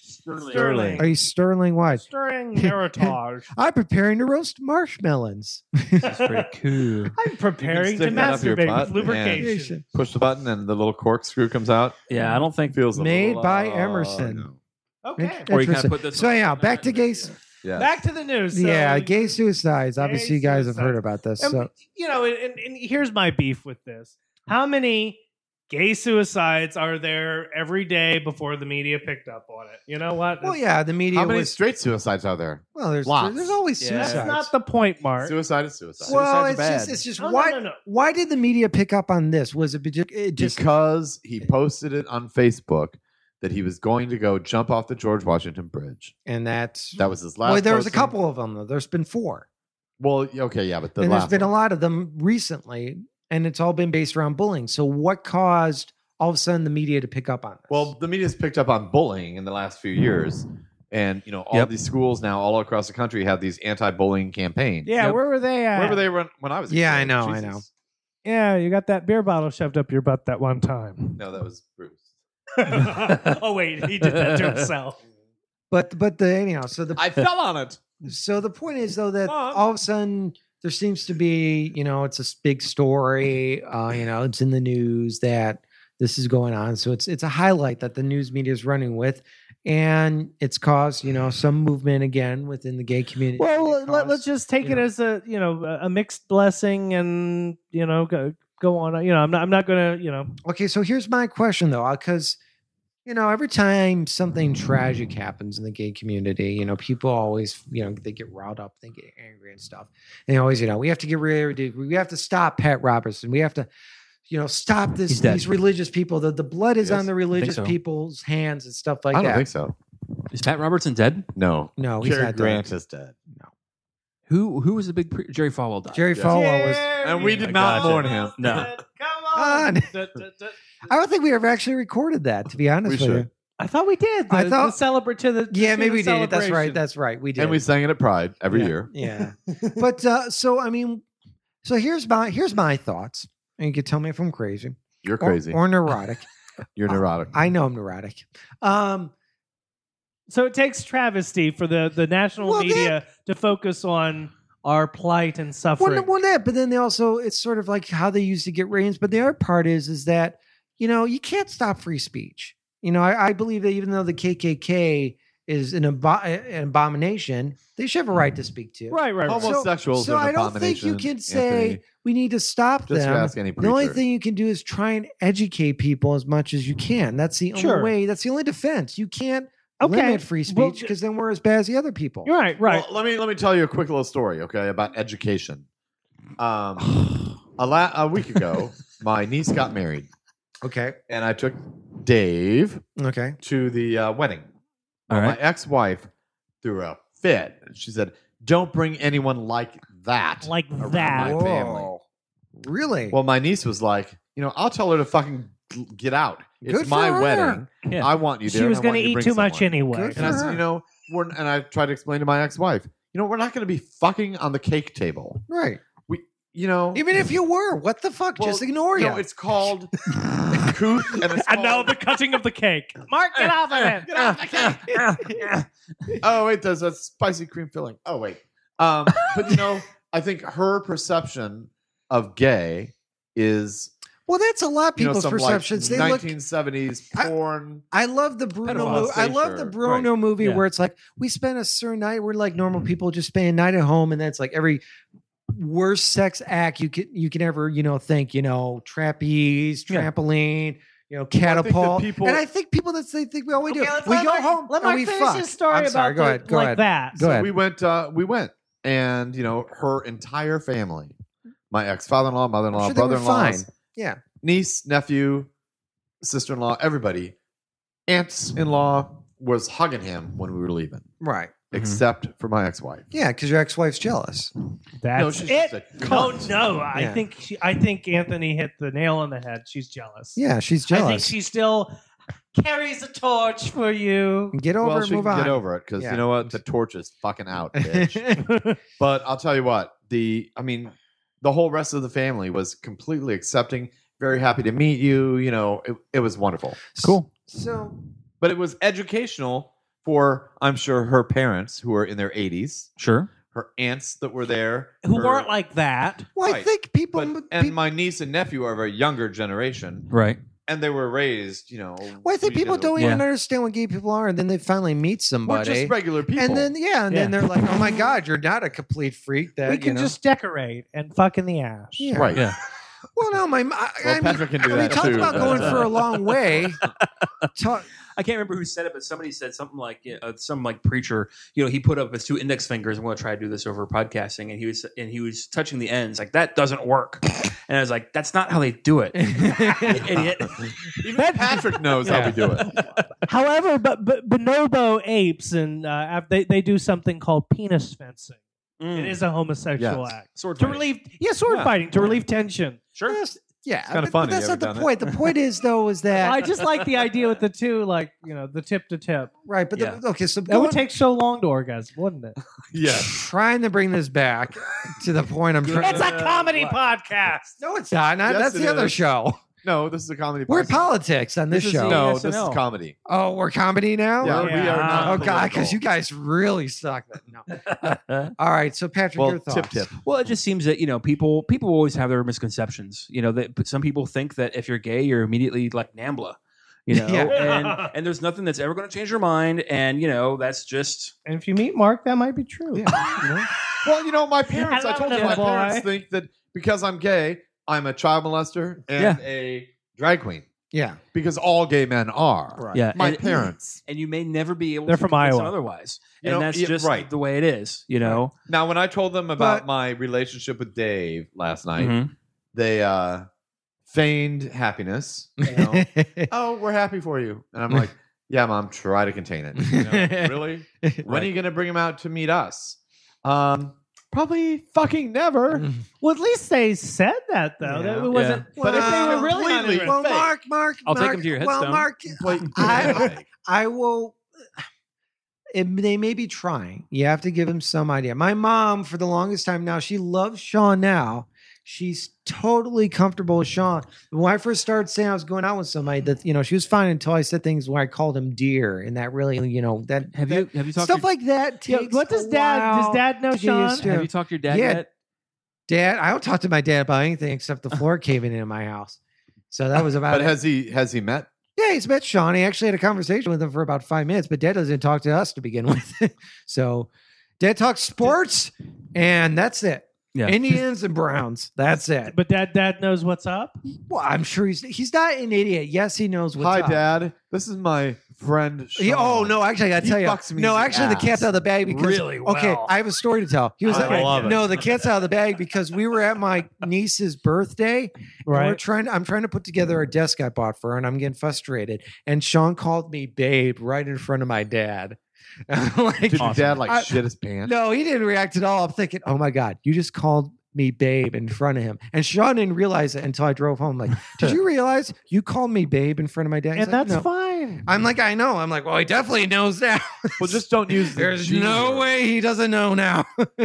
Speaker 1: Sterling.
Speaker 4: Sterling.
Speaker 2: Are you Sterling wine?
Speaker 4: Stirring heritage.
Speaker 2: I'm preparing to roast marshmallows.
Speaker 1: That's pretty cool.
Speaker 4: I'm preparing to
Speaker 3: stick that up your
Speaker 4: masturbate
Speaker 3: butt
Speaker 4: with lubrication.
Speaker 2: Made
Speaker 3: Push the button and the little corkscrew comes out.
Speaker 1: Yeah, I don't think.
Speaker 3: Feels a
Speaker 2: Made
Speaker 3: little-
Speaker 2: by
Speaker 3: oh,
Speaker 2: Emerson.
Speaker 3: no.
Speaker 4: Okay.
Speaker 1: Or you kind of
Speaker 2: Interesting.
Speaker 1: put this.
Speaker 2: So
Speaker 1: on-
Speaker 2: yeah, back to gay s-
Speaker 3: Yeah.
Speaker 4: Back to the news. So,
Speaker 2: yeah, gay suicides.
Speaker 4: Gay
Speaker 2: Obviously, you guys have heard
Speaker 4: suicides.
Speaker 2: about this.
Speaker 4: And,
Speaker 2: So
Speaker 4: Um, you know, and, and- and here's my beef with this: How many gay suicides are there every day before the media picked up on it? You know what?
Speaker 2: well, yeah, the media
Speaker 3: How many
Speaker 2: was
Speaker 3: straight suicides are there?
Speaker 2: well. There's
Speaker 3: Lots.
Speaker 2: there's always
Speaker 1: Yeah.
Speaker 2: suicides.
Speaker 1: That's
Speaker 4: that's not the point, Mark.
Speaker 3: Suicide is suicide.
Speaker 1: Well,
Speaker 2: well,
Speaker 1: suicide's
Speaker 2: it's just it's
Speaker 1: bad.
Speaker 2: just
Speaker 4: No, no,
Speaker 2: why
Speaker 4: no, no.
Speaker 2: why did the media pick up on this? Was it, be- it just
Speaker 3: because he posted it on Facebook that he was going to go jump off the George Washington Bridge.
Speaker 2: and that's
Speaker 3: That was his last.
Speaker 2: well, there was a
Speaker 3: posting.
Speaker 2: couple of them though. There's been four,
Speaker 3: Well, okay, yeah, but the
Speaker 2: and there's
Speaker 3: last
Speaker 2: been a
Speaker 3: one.
Speaker 2: lot of them recently, and it's all been based around bullying. So what caused all of a sudden the media to pick up on this?
Speaker 3: Well, the media's picked up on bullying in the last few years, and you know all
Speaker 1: Yep.
Speaker 3: these schools now all across the country have these anti-bullying campaigns.
Speaker 4: yeah,
Speaker 1: Yep.
Speaker 4: where were they at?
Speaker 3: Where were they when, when I was? a
Speaker 2: Yeah,
Speaker 3: kid?
Speaker 2: I know, I know.
Speaker 4: Yeah, you got that beer bottle shoved up your butt that one time.
Speaker 3: No, that was Bruce.
Speaker 4: oh wait, he did that to himself.
Speaker 2: but but the anyhow. So the
Speaker 3: I fell on it.
Speaker 2: So the point is though that
Speaker 4: Mom.
Speaker 2: all of a sudden there seems to be, you know, it's a s- big story. Uh, you know, it's in the news that this is going on. So it's it's a highlight that the news media is running with, and it's caused you know some movement again within the gay community.
Speaker 4: Well,
Speaker 2: It
Speaker 4: let, let's
Speaker 2: caused-
Speaker 4: just take
Speaker 2: you
Speaker 4: it
Speaker 2: know.
Speaker 4: as a you know a a mixed blessing, and you know go, go on. You know, I'm not I'm not gonna you know
Speaker 2: okay. So here's my question though, because you know every time something tragic happens in the gay community, you know people always you know they get riled up, they get angry and stuff. And they always, you know, we have to get rid of, we have to stop Pat Robertson. We have to, you know, stop this
Speaker 1: He's dead.
Speaker 2: these religious people. The the blood is
Speaker 3: Yes,
Speaker 2: on the
Speaker 3: I
Speaker 2: religious
Speaker 1: so.
Speaker 2: people's hands and stuff like
Speaker 3: I don't
Speaker 2: that.
Speaker 3: think so.
Speaker 1: Is Pat Robertson dead?
Speaker 3: No,
Speaker 2: No, he's
Speaker 3: Cary
Speaker 2: not
Speaker 3: Grant
Speaker 2: dead.
Speaker 3: is dead,
Speaker 1: Who who was the big pre- Jerry Falwell died?
Speaker 2: Jerry
Speaker 3: Yeah.
Speaker 2: Falwell was.
Speaker 3: and we did not
Speaker 1: Gotcha.
Speaker 3: mourn him.
Speaker 1: No.
Speaker 4: Come
Speaker 2: on. I don't think we ever actually recorded that, to be honest
Speaker 3: We
Speaker 2: with you.
Speaker 3: should.
Speaker 4: I thought we did. The,
Speaker 2: I thought-
Speaker 4: the celebrate to the
Speaker 2: Yeah,
Speaker 4: to
Speaker 2: maybe
Speaker 4: the
Speaker 2: we did. That's right.
Speaker 4: celebration.
Speaker 2: That's right. We did.
Speaker 3: and we sang it at Pride every
Speaker 2: Yeah.
Speaker 3: year.
Speaker 2: Yeah. but uh, so I mean, so here's my here's my thoughts, and you can tell me if I'm crazy,
Speaker 3: You're
Speaker 2: or-
Speaker 3: crazy.
Speaker 2: or, neurotic.
Speaker 3: You're neurotic.
Speaker 2: I know I'm neurotic. Um,
Speaker 4: so it takes travesty for the the national
Speaker 2: Well,
Speaker 4: media to focus on our plight and
Speaker 2: well,
Speaker 4: suffering.
Speaker 2: n- well, that, but then they also it's sort of like how they used to get ratings. But the other part is is that you know you can't stop free speech. You know, I, I believe that even though the KKK is an, abo- an abomination, they should have a right to speak to.
Speaker 4: right, right, right.
Speaker 2: Almost-
Speaker 3: Homosexuals
Speaker 2: so
Speaker 3: Mm. are an
Speaker 2: I don't think you
Speaker 3: abomination,
Speaker 2: can say
Speaker 3: Anthony.
Speaker 2: We need to stop
Speaker 3: Just
Speaker 2: them.
Speaker 3: ask any preacher.
Speaker 2: The only thing you can do is try and educate people as much as you can. That's the only
Speaker 4: Sure.
Speaker 2: way. That's the only defense. You can't
Speaker 4: Okay.
Speaker 2: limit free
Speaker 4: Well,
Speaker 2: speech because then we're as bad as the other people.
Speaker 4: You're right, right.
Speaker 3: Well, let me let me tell you a quick little story, okay, about education. Um, a, la- a week ago, my niece got married,
Speaker 2: Okay.
Speaker 3: and I took Dave
Speaker 2: Okay.
Speaker 3: to the uh, wedding.
Speaker 1: All
Speaker 3: Well,
Speaker 1: right.
Speaker 3: My ex-wife threw a fit, and she said, "Don't bring anyone like that."
Speaker 4: like
Speaker 3: around
Speaker 4: that.
Speaker 3: My family.
Speaker 2: Really?
Speaker 3: Well, my niece was like, "You know, I'll tell her to fucking g- get out. It's
Speaker 2: Good for
Speaker 3: my
Speaker 2: her.
Speaker 3: wedding.
Speaker 1: Yeah.
Speaker 3: I want you there."
Speaker 4: She was
Speaker 3: going
Speaker 4: going
Speaker 3: to
Speaker 4: to eat too much anyway.
Speaker 2: Good
Speaker 3: And I said, "You know, we're," and I tried to explain to my ex-wife, "You know, we're not going to be fucking on the cake table."
Speaker 2: right.
Speaker 3: you know,
Speaker 2: Even if you were, what the fuck?
Speaker 3: Well,
Speaker 2: Just ignore
Speaker 3: no,
Speaker 2: you.
Speaker 3: it's called couth, and it's
Speaker 4: And now
Speaker 3: called-
Speaker 4: the cutting of the cake. Mark, get off
Speaker 1: Oh,
Speaker 4: of it.
Speaker 3: Get off the cake. oh wait, there's a spicy cream filling. Oh wait, um, but you know, I think her perception of gay is
Speaker 2: well, that's a lot of
Speaker 3: you know
Speaker 2: people's
Speaker 3: some
Speaker 2: perceptions.
Speaker 3: like
Speaker 2: they look.
Speaker 3: 1970s
Speaker 2: I-
Speaker 3: porn.
Speaker 2: I love the Bruno.
Speaker 3: Pedophile
Speaker 2: Mo- I love
Speaker 3: station.
Speaker 2: the Bruno movie
Speaker 1: Yeah.
Speaker 2: where it's like we spent a certain night. We're like normal people, just spend a night at home, and that's like every worst sex act you can you can ever you know think. You know, trapeze,
Speaker 1: Yeah.
Speaker 2: trampoline. You know,
Speaker 3: I think that
Speaker 2: catapult,
Speaker 3: people-
Speaker 2: and I think people that say think we all we do.
Speaker 5: Okay, let's-
Speaker 2: we
Speaker 5: let
Speaker 2: go
Speaker 5: Mark-
Speaker 2: home
Speaker 4: Let
Speaker 2: and
Speaker 4: Mark
Speaker 2: we
Speaker 4: finish
Speaker 2: fuck.
Speaker 4: his story
Speaker 2: I'm
Speaker 4: about
Speaker 2: sorry. Go
Speaker 4: the-
Speaker 2: ahead. Go
Speaker 4: like
Speaker 2: ahead.
Speaker 4: that.
Speaker 2: Go ahead.
Speaker 3: We went, uh, we went, and you know, her entire family, my ex father-in-law, mother-in-law,
Speaker 2: sure they were
Speaker 3: brother-in-law,
Speaker 2: fine. Yeah.
Speaker 3: niece, nephew, sister-in-law, everybody, aunts-in-law was hugging him when we were leaving.
Speaker 2: Right.
Speaker 3: except for my ex-wife.
Speaker 2: Yeah, because your ex-wife's jealous.
Speaker 4: That's
Speaker 3: No, she's
Speaker 4: it.
Speaker 3: just a
Speaker 4: Oh
Speaker 3: cunt.
Speaker 4: no, I
Speaker 2: Yeah.
Speaker 4: think she, I think Anthony hit the nail on the head. She's jealous.
Speaker 2: Yeah, she's jealous.
Speaker 4: I think she still carries a torch for you.
Speaker 2: get over,
Speaker 3: Well,
Speaker 2: and
Speaker 3: she
Speaker 2: move
Speaker 3: can
Speaker 2: on.
Speaker 3: get over it because
Speaker 2: Yeah.
Speaker 3: you know what? The torch is fucking out, bitch. but I'll tell you what. The I mean, the whole rest of the family was completely accepting. Very happy to meet you. You know, it, it was wonderful.
Speaker 1: Cool.
Speaker 2: So
Speaker 3: But it was educational for I'm sure her parents who are in their 80s,
Speaker 1: Sure.
Speaker 3: her aunts that were there,
Speaker 4: Who
Speaker 3: her-
Speaker 4: weren't like that?
Speaker 2: well, I
Speaker 3: Right.
Speaker 2: think people.
Speaker 3: But, and my niece and nephew are of a younger generation.
Speaker 1: Right.
Speaker 3: and they were raised, you know.
Speaker 2: Well, I think
Speaker 3: we
Speaker 2: people
Speaker 3: did a-
Speaker 2: don't
Speaker 1: Yeah.
Speaker 2: even understand what gay people are, and then they finally meet
Speaker 3: We're
Speaker 2: somebody,
Speaker 3: just regular people.
Speaker 2: and then yeah, and then
Speaker 4: Yeah.
Speaker 2: they're like, "Oh my god, you're not a complete freak." That
Speaker 4: we can
Speaker 2: you know.
Speaker 4: just decorate and fuck in the ash.
Speaker 2: Yeah.
Speaker 3: right.
Speaker 1: Yeah.
Speaker 2: well, no, my I,
Speaker 3: Well,
Speaker 2: I mean,
Speaker 3: Patrick can do
Speaker 2: I mean,
Speaker 3: that
Speaker 2: talk
Speaker 3: too.
Speaker 2: about going for a long way. Talk,
Speaker 1: I can't remember who said it, but somebody said something like uh, some like preacher. You know, he put up his two index fingers. I'm going to try to do this over podcasting, and he was and he was touching the ends like that doesn't work. And I was like, that's not how they do it. Idiot.
Speaker 3: Even Patrick knows how we do it.
Speaker 4: However, but, but bonobo apes and uh, af- they they do something called penis fencing.
Speaker 1: Hmm.
Speaker 4: It is a homosexual
Speaker 3: Yes.
Speaker 4: act
Speaker 1: Mm. Sword
Speaker 4: to
Speaker 1: fighting.
Speaker 4: relieve yeah sword
Speaker 3: Yeah.
Speaker 4: fighting to relieve tension.
Speaker 1: Sure.
Speaker 2: That's- yeah, it's
Speaker 3: kinda funny.
Speaker 2: That's
Speaker 3: You
Speaker 2: not the
Speaker 3: ever done it?
Speaker 2: point. The point is though, is that
Speaker 4: I just like the idea with the two like you know the tip to tip.
Speaker 2: right? But the, okay, so
Speaker 4: That
Speaker 2: going,
Speaker 4: would take so long to orgasm, wouldn't it?
Speaker 3: Yeah.
Speaker 2: trying to bring this back to the point. I'm trying.
Speaker 4: It's a comedy podcast.
Speaker 2: no, it's not. Not-
Speaker 3: Yes,
Speaker 2: that's
Speaker 3: it
Speaker 2: the other
Speaker 3: is.
Speaker 2: show.
Speaker 3: No, this is a comedy.
Speaker 2: We're
Speaker 3: podcast.
Speaker 2: politics on this,
Speaker 1: This is
Speaker 2: show.
Speaker 1: the-
Speaker 3: No, this is
Speaker 1: SNL.
Speaker 3: comedy.
Speaker 2: Oh, we're comedy now.
Speaker 3: Yeah,
Speaker 4: Yeah.
Speaker 3: we are not.
Speaker 2: Oh God,
Speaker 3: political.
Speaker 2: because you guys really suck. That no. All right, so Patrick,
Speaker 3: Well,
Speaker 2: your thoughts.
Speaker 3: tip tip.
Speaker 1: Well, it just seems that you know people people always have their misconceptions. You know that but some people think that if you're gay, you're immediately like Nambla. You know,
Speaker 4: Yeah.
Speaker 1: and and there's nothing that's ever going to change your mind, and you know that's just
Speaker 4: And if you meet Mark, that might be true.
Speaker 3: Yeah, you know? Well, you know, my parents.
Speaker 4: I
Speaker 3: I,
Speaker 4: love
Speaker 3: told you,
Speaker 4: that
Speaker 3: my
Speaker 4: boy.
Speaker 3: parents think that because I'm gay, I'm a child molester and
Speaker 1: Yeah.
Speaker 3: a drag queen.
Speaker 2: Yeah,
Speaker 3: Because all gay men are.
Speaker 2: Right.
Speaker 1: yeah.
Speaker 3: My
Speaker 1: and-
Speaker 3: parents.
Speaker 1: and you may never be able.
Speaker 4: They're
Speaker 1: to
Speaker 4: from
Speaker 1: convince them
Speaker 4: Iowa.
Speaker 1: otherwise,
Speaker 3: You
Speaker 1: and
Speaker 3: know,
Speaker 1: that's
Speaker 3: yeah,
Speaker 1: just
Speaker 3: right.
Speaker 1: the way it is. You know,
Speaker 3: Now, when I told them
Speaker 2: But-
Speaker 3: about
Speaker 2: Mm-hmm.
Speaker 3: my relationship with Dave last night,
Speaker 1: Mhm.
Speaker 3: they uh, feigned happiness. You know? oh, we're happy for you, and I'm like, yeah, mom, try to contain it. You know, really? When are you going to bring him out to meet us? Um, probably fucking
Speaker 2: Mm-hmm.
Speaker 3: never.
Speaker 4: Well, at least they said that though. That
Speaker 2: Yeah.
Speaker 4: it wasn't.
Speaker 3: But
Speaker 4: if they
Speaker 2: Well,
Speaker 4: were really
Speaker 3: completely
Speaker 4: on
Speaker 2: well,
Speaker 3: fake.
Speaker 2: Mark, Mark,
Speaker 1: I'll take
Speaker 2: Mark,
Speaker 1: him to your
Speaker 2: Well,
Speaker 1: headstone.
Speaker 2: Mark,
Speaker 3: Completely
Speaker 2: I-
Speaker 3: fake.
Speaker 2: I will. It, they may be trying. You have to give them some idea. My mom, for the longest time now, she loves Sean now. She's totally comfortable with Sean. When I first started saying I was going out with somebody, that you know, she was fine until I said things where I called him dear, and that really, you know, that
Speaker 1: have
Speaker 2: that-
Speaker 1: you have you talked
Speaker 2: stuff
Speaker 1: to,
Speaker 2: like that
Speaker 4: Yeah,
Speaker 2: takes.
Speaker 4: what does
Speaker 2: a
Speaker 4: dad? Does
Speaker 2: while.
Speaker 4: dad know
Speaker 2: to get
Speaker 4: Sean?
Speaker 2: used
Speaker 1: have you talked to your dad
Speaker 2: Yeah.
Speaker 1: yet?
Speaker 2: Dad, I don't talk to my dad about anything except the floor caving in in my house. So that was about
Speaker 3: But
Speaker 2: it.
Speaker 3: has he has he met?
Speaker 2: Yeah, he's met Sean. He actually had a conversation with him for about five minutes, but Dad doesn't talk to us to begin with. so Dad talks sports, and that's it.
Speaker 1: Yeah.
Speaker 2: Indians and Browns. That's it.
Speaker 4: But dad, dad knows what's up.
Speaker 2: Well, I'm sure he's he's not an idiot. Yes, he knows what's
Speaker 3: Hi,
Speaker 2: up.
Speaker 3: Dad. This is my friend. Sean.
Speaker 2: He, oh no! Actually, I gotta
Speaker 3: He
Speaker 2: tell you,
Speaker 3: fucks me
Speaker 2: no.
Speaker 3: in the
Speaker 2: Actually, the
Speaker 3: ass.
Speaker 2: cat's out of the bag because
Speaker 1: Really
Speaker 2: okay.
Speaker 1: well.
Speaker 2: I have a story to tell. He was
Speaker 3: I love it.
Speaker 2: no, the cat's out of the bag because we were at my niece's birthday, And We're trying. I'm trying to put together a desk I bought for her, and I'm getting frustrated. And Sean called me babe right in front of my dad. I'm like,
Speaker 3: Did your
Speaker 1: Awesome.
Speaker 3: dad like
Speaker 2: I-
Speaker 3: shit his pants?
Speaker 2: no, he didn't react at all. I'm thinking, oh my god, you just called me babe in front of him. And Sean didn't realize it until I drove home. like, did you realize you called me babe in front of my dad? He's
Speaker 4: and
Speaker 2: like,
Speaker 4: that's
Speaker 2: "No."
Speaker 4: fine.
Speaker 2: I'm like, I know. I'm like, well, he definitely knows now.
Speaker 3: Well, just don't use. The
Speaker 2: There's
Speaker 3: G
Speaker 2: no
Speaker 3: word.
Speaker 2: way he doesn't know now.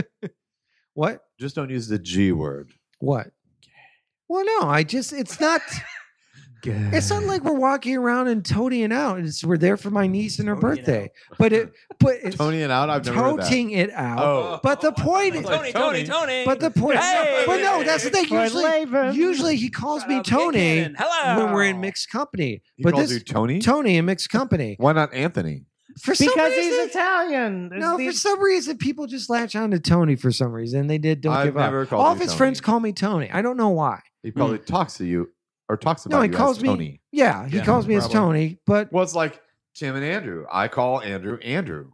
Speaker 2: what?
Speaker 3: Just don't use the G word.
Speaker 2: What? Well, no, I just it's not. It's not like we're walking around and toting out. It's we're there for my niece and her
Speaker 1: Toting
Speaker 2: birthday. But it but it's
Speaker 3: Tony and out. I've never heard that.
Speaker 2: toting it out.
Speaker 3: Oh.
Speaker 2: But the point is
Speaker 1: Tony, Tony, Tony.
Speaker 2: but the point
Speaker 1: Hey!
Speaker 2: but no, that's the thing.
Speaker 4: For
Speaker 2: Usually
Speaker 4: Laban.
Speaker 2: usually he calls
Speaker 1: Shout
Speaker 2: me
Speaker 1: out Kid
Speaker 2: Tony
Speaker 1: Cannon. Hello.
Speaker 2: when we're in mixed company.
Speaker 3: He
Speaker 2: but
Speaker 3: calls
Speaker 2: this
Speaker 3: you Tony.
Speaker 2: Tony in mixed company.
Speaker 3: Why not Anthony?
Speaker 2: For some
Speaker 4: because
Speaker 2: reason,
Speaker 4: he's Italian.
Speaker 2: no,
Speaker 4: The-
Speaker 2: for some reason people just latch on to Tony for some reason. They did don't
Speaker 3: I've
Speaker 2: give
Speaker 3: never
Speaker 2: up.
Speaker 3: called
Speaker 2: All
Speaker 3: you
Speaker 2: of his
Speaker 3: Tony.
Speaker 2: friends call me Tony. I don't know why.
Speaker 3: He probably talks to you or talks about
Speaker 2: No, he
Speaker 3: you
Speaker 2: calls
Speaker 3: as
Speaker 2: me-
Speaker 3: Tony.
Speaker 2: Yeah, he
Speaker 1: Yeah,
Speaker 2: calls me as
Speaker 3: probably.
Speaker 2: Tony, but
Speaker 3: Well, it's like Tim and Andrew. I call Andrew Andrew.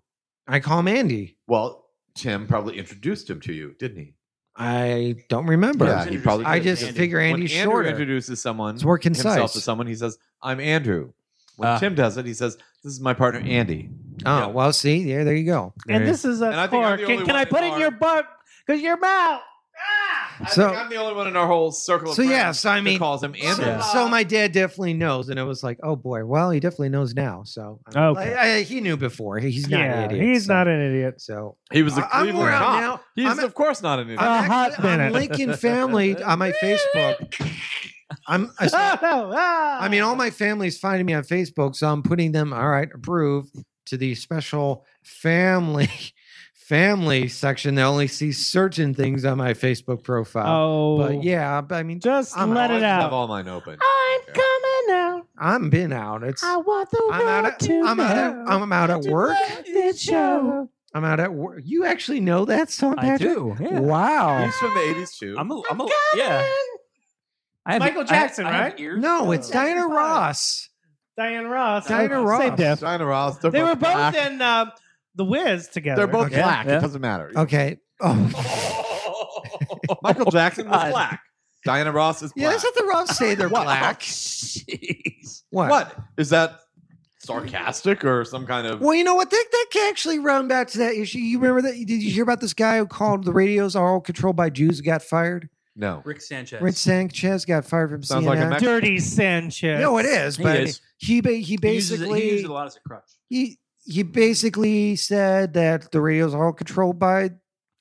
Speaker 2: I call him Andy.
Speaker 3: Well, Tim probably introduced him to you, didn't he?
Speaker 2: I don't remember.
Speaker 3: Yeah, he probably
Speaker 2: I
Speaker 3: did.
Speaker 2: just
Speaker 1: Andy.
Speaker 2: figure
Speaker 3: when
Speaker 2: Andy's
Speaker 3: Andrew
Speaker 2: shorter.
Speaker 3: introduces someone
Speaker 2: It's more
Speaker 3: himself
Speaker 2: concise.
Speaker 3: to someone, he says, "I'm Andrew." When
Speaker 1: Ah.
Speaker 3: Tim does it, he says, "This is my partner Andy."
Speaker 2: oh
Speaker 3: yeah.
Speaker 2: well, see, there, there you go.
Speaker 4: and this is
Speaker 3: And I
Speaker 4: a
Speaker 3: think I'm
Speaker 4: fork.
Speaker 3: the
Speaker 4: Can,
Speaker 3: only
Speaker 4: can
Speaker 3: one
Speaker 4: I
Speaker 3: in
Speaker 4: put it in
Speaker 3: our-
Speaker 4: your butt? Because your mouth. Ah!
Speaker 3: I
Speaker 2: So-
Speaker 3: think I'm the only one in our whole circle. Of
Speaker 2: So,
Speaker 3: friends
Speaker 2: yeah, so I
Speaker 3: that
Speaker 2: mean-
Speaker 3: calls him Andrew.
Speaker 1: Yeah.
Speaker 2: So my dad definitely knows, and it was like, oh boy, well, he definitely knows now. So
Speaker 4: Okay.
Speaker 2: I- I- he knew before. He's not
Speaker 4: yeah,
Speaker 2: an idiot.
Speaker 4: he's
Speaker 2: so.
Speaker 4: not an idiot.
Speaker 2: So
Speaker 3: He was a
Speaker 2: I- I'm
Speaker 3: Cleveland
Speaker 2: around
Speaker 3: cop.
Speaker 2: now.
Speaker 3: He's
Speaker 2: I'm-
Speaker 3: of course not an idiot.
Speaker 4: Uh,
Speaker 2: I'm
Speaker 4: A hot
Speaker 2: actually on
Speaker 4: minute.
Speaker 2: Lincoln Family on my Facebook. I'm. I,
Speaker 4: Oh, no. Ah!
Speaker 2: I mean, all my family's finding me on Facebook, so I'm putting them. All right, approve to the special family family section that only sees certain things on my Facebook profile.
Speaker 4: Oh,
Speaker 2: But yeah, but I mean,
Speaker 4: Just
Speaker 2: I'm
Speaker 4: let
Speaker 3: I
Speaker 4: it
Speaker 3: have
Speaker 4: out.
Speaker 3: all mine open.
Speaker 4: I'm
Speaker 3: Yeah.
Speaker 4: coming out.
Speaker 2: I'm been out. It's
Speaker 5: I want the
Speaker 2: I'm out. At,
Speaker 5: world to
Speaker 2: I'm out. At,
Speaker 5: know
Speaker 2: I'm out at
Speaker 5: to
Speaker 2: work.
Speaker 5: love this show.
Speaker 2: I'm out at work. You actually know that song,
Speaker 1: I
Speaker 2: Patrick?
Speaker 1: do. Yeah.
Speaker 2: Wow.
Speaker 3: He's from the 80s too.
Speaker 1: I'm a, I'm a, yeah. I have,
Speaker 4: Michael
Speaker 1: I have-
Speaker 4: Jackson,
Speaker 1: I have
Speaker 4: right?
Speaker 1: ears.
Speaker 2: No, it's
Speaker 4: Jackson
Speaker 2: Diana
Speaker 4: Five.
Speaker 2: Ross.
Speaker 4: Diana Ross.
Speaker 2: Diana
Speaker 4: Same
Speaker 2: Ross.
Speaker 4: death.
Speaker 3: Diana Ross. They're
Speaker 4: They were both
Speaker 3: black.
Speaker 4: in uh, The Wiz together.
Speaker 3: Ah. They're both
Speaker 2: Okay.
Speaker 3: black.
Speaker 1: Yeah.
Speaker 3: It doesn't matter.
Speaker 2: Okay. Oh.
Speaker 3: Michael Jackson was
Speaker 1: God.
Speaker 3: black. Diana Ross is
Speaker 2: Yeah,
Speaker 3: black.
Speaker 2: that's what the Ross say. They're
Speaker 3: Wow.
Speaker 2: black.
Speaker 1: Jeez.
Speaker 2: What?
Speaker 3: What is that? Sarcastic or some kind of?
Speaker 2: Well, you know what? That that can actually round back to that issue. You remember that? Did you hear about this guy who called the radios are all controlled by Jews? Who got fired?
Speaker 3: No.
Speaker 1: Rick Sanchez.
Speaker 2: Rich Sanchez got fired from
Speaker 3: Sounds
Speaker 2: CNN.
Speaker 3: like a Mex-
Speaker 4: Dirty Sanchez.
Speaker 2: no, it is.
Speaker 1: He
Speaker 2: But
Speaker 1: is.
Speaker 2: he ba- he
Speaker 1: He uses it-
Speaker 2: basically
Speaker 1: he uses it a lot as a crutch.
Speaker 2: he he basically said that the radios are all controlled by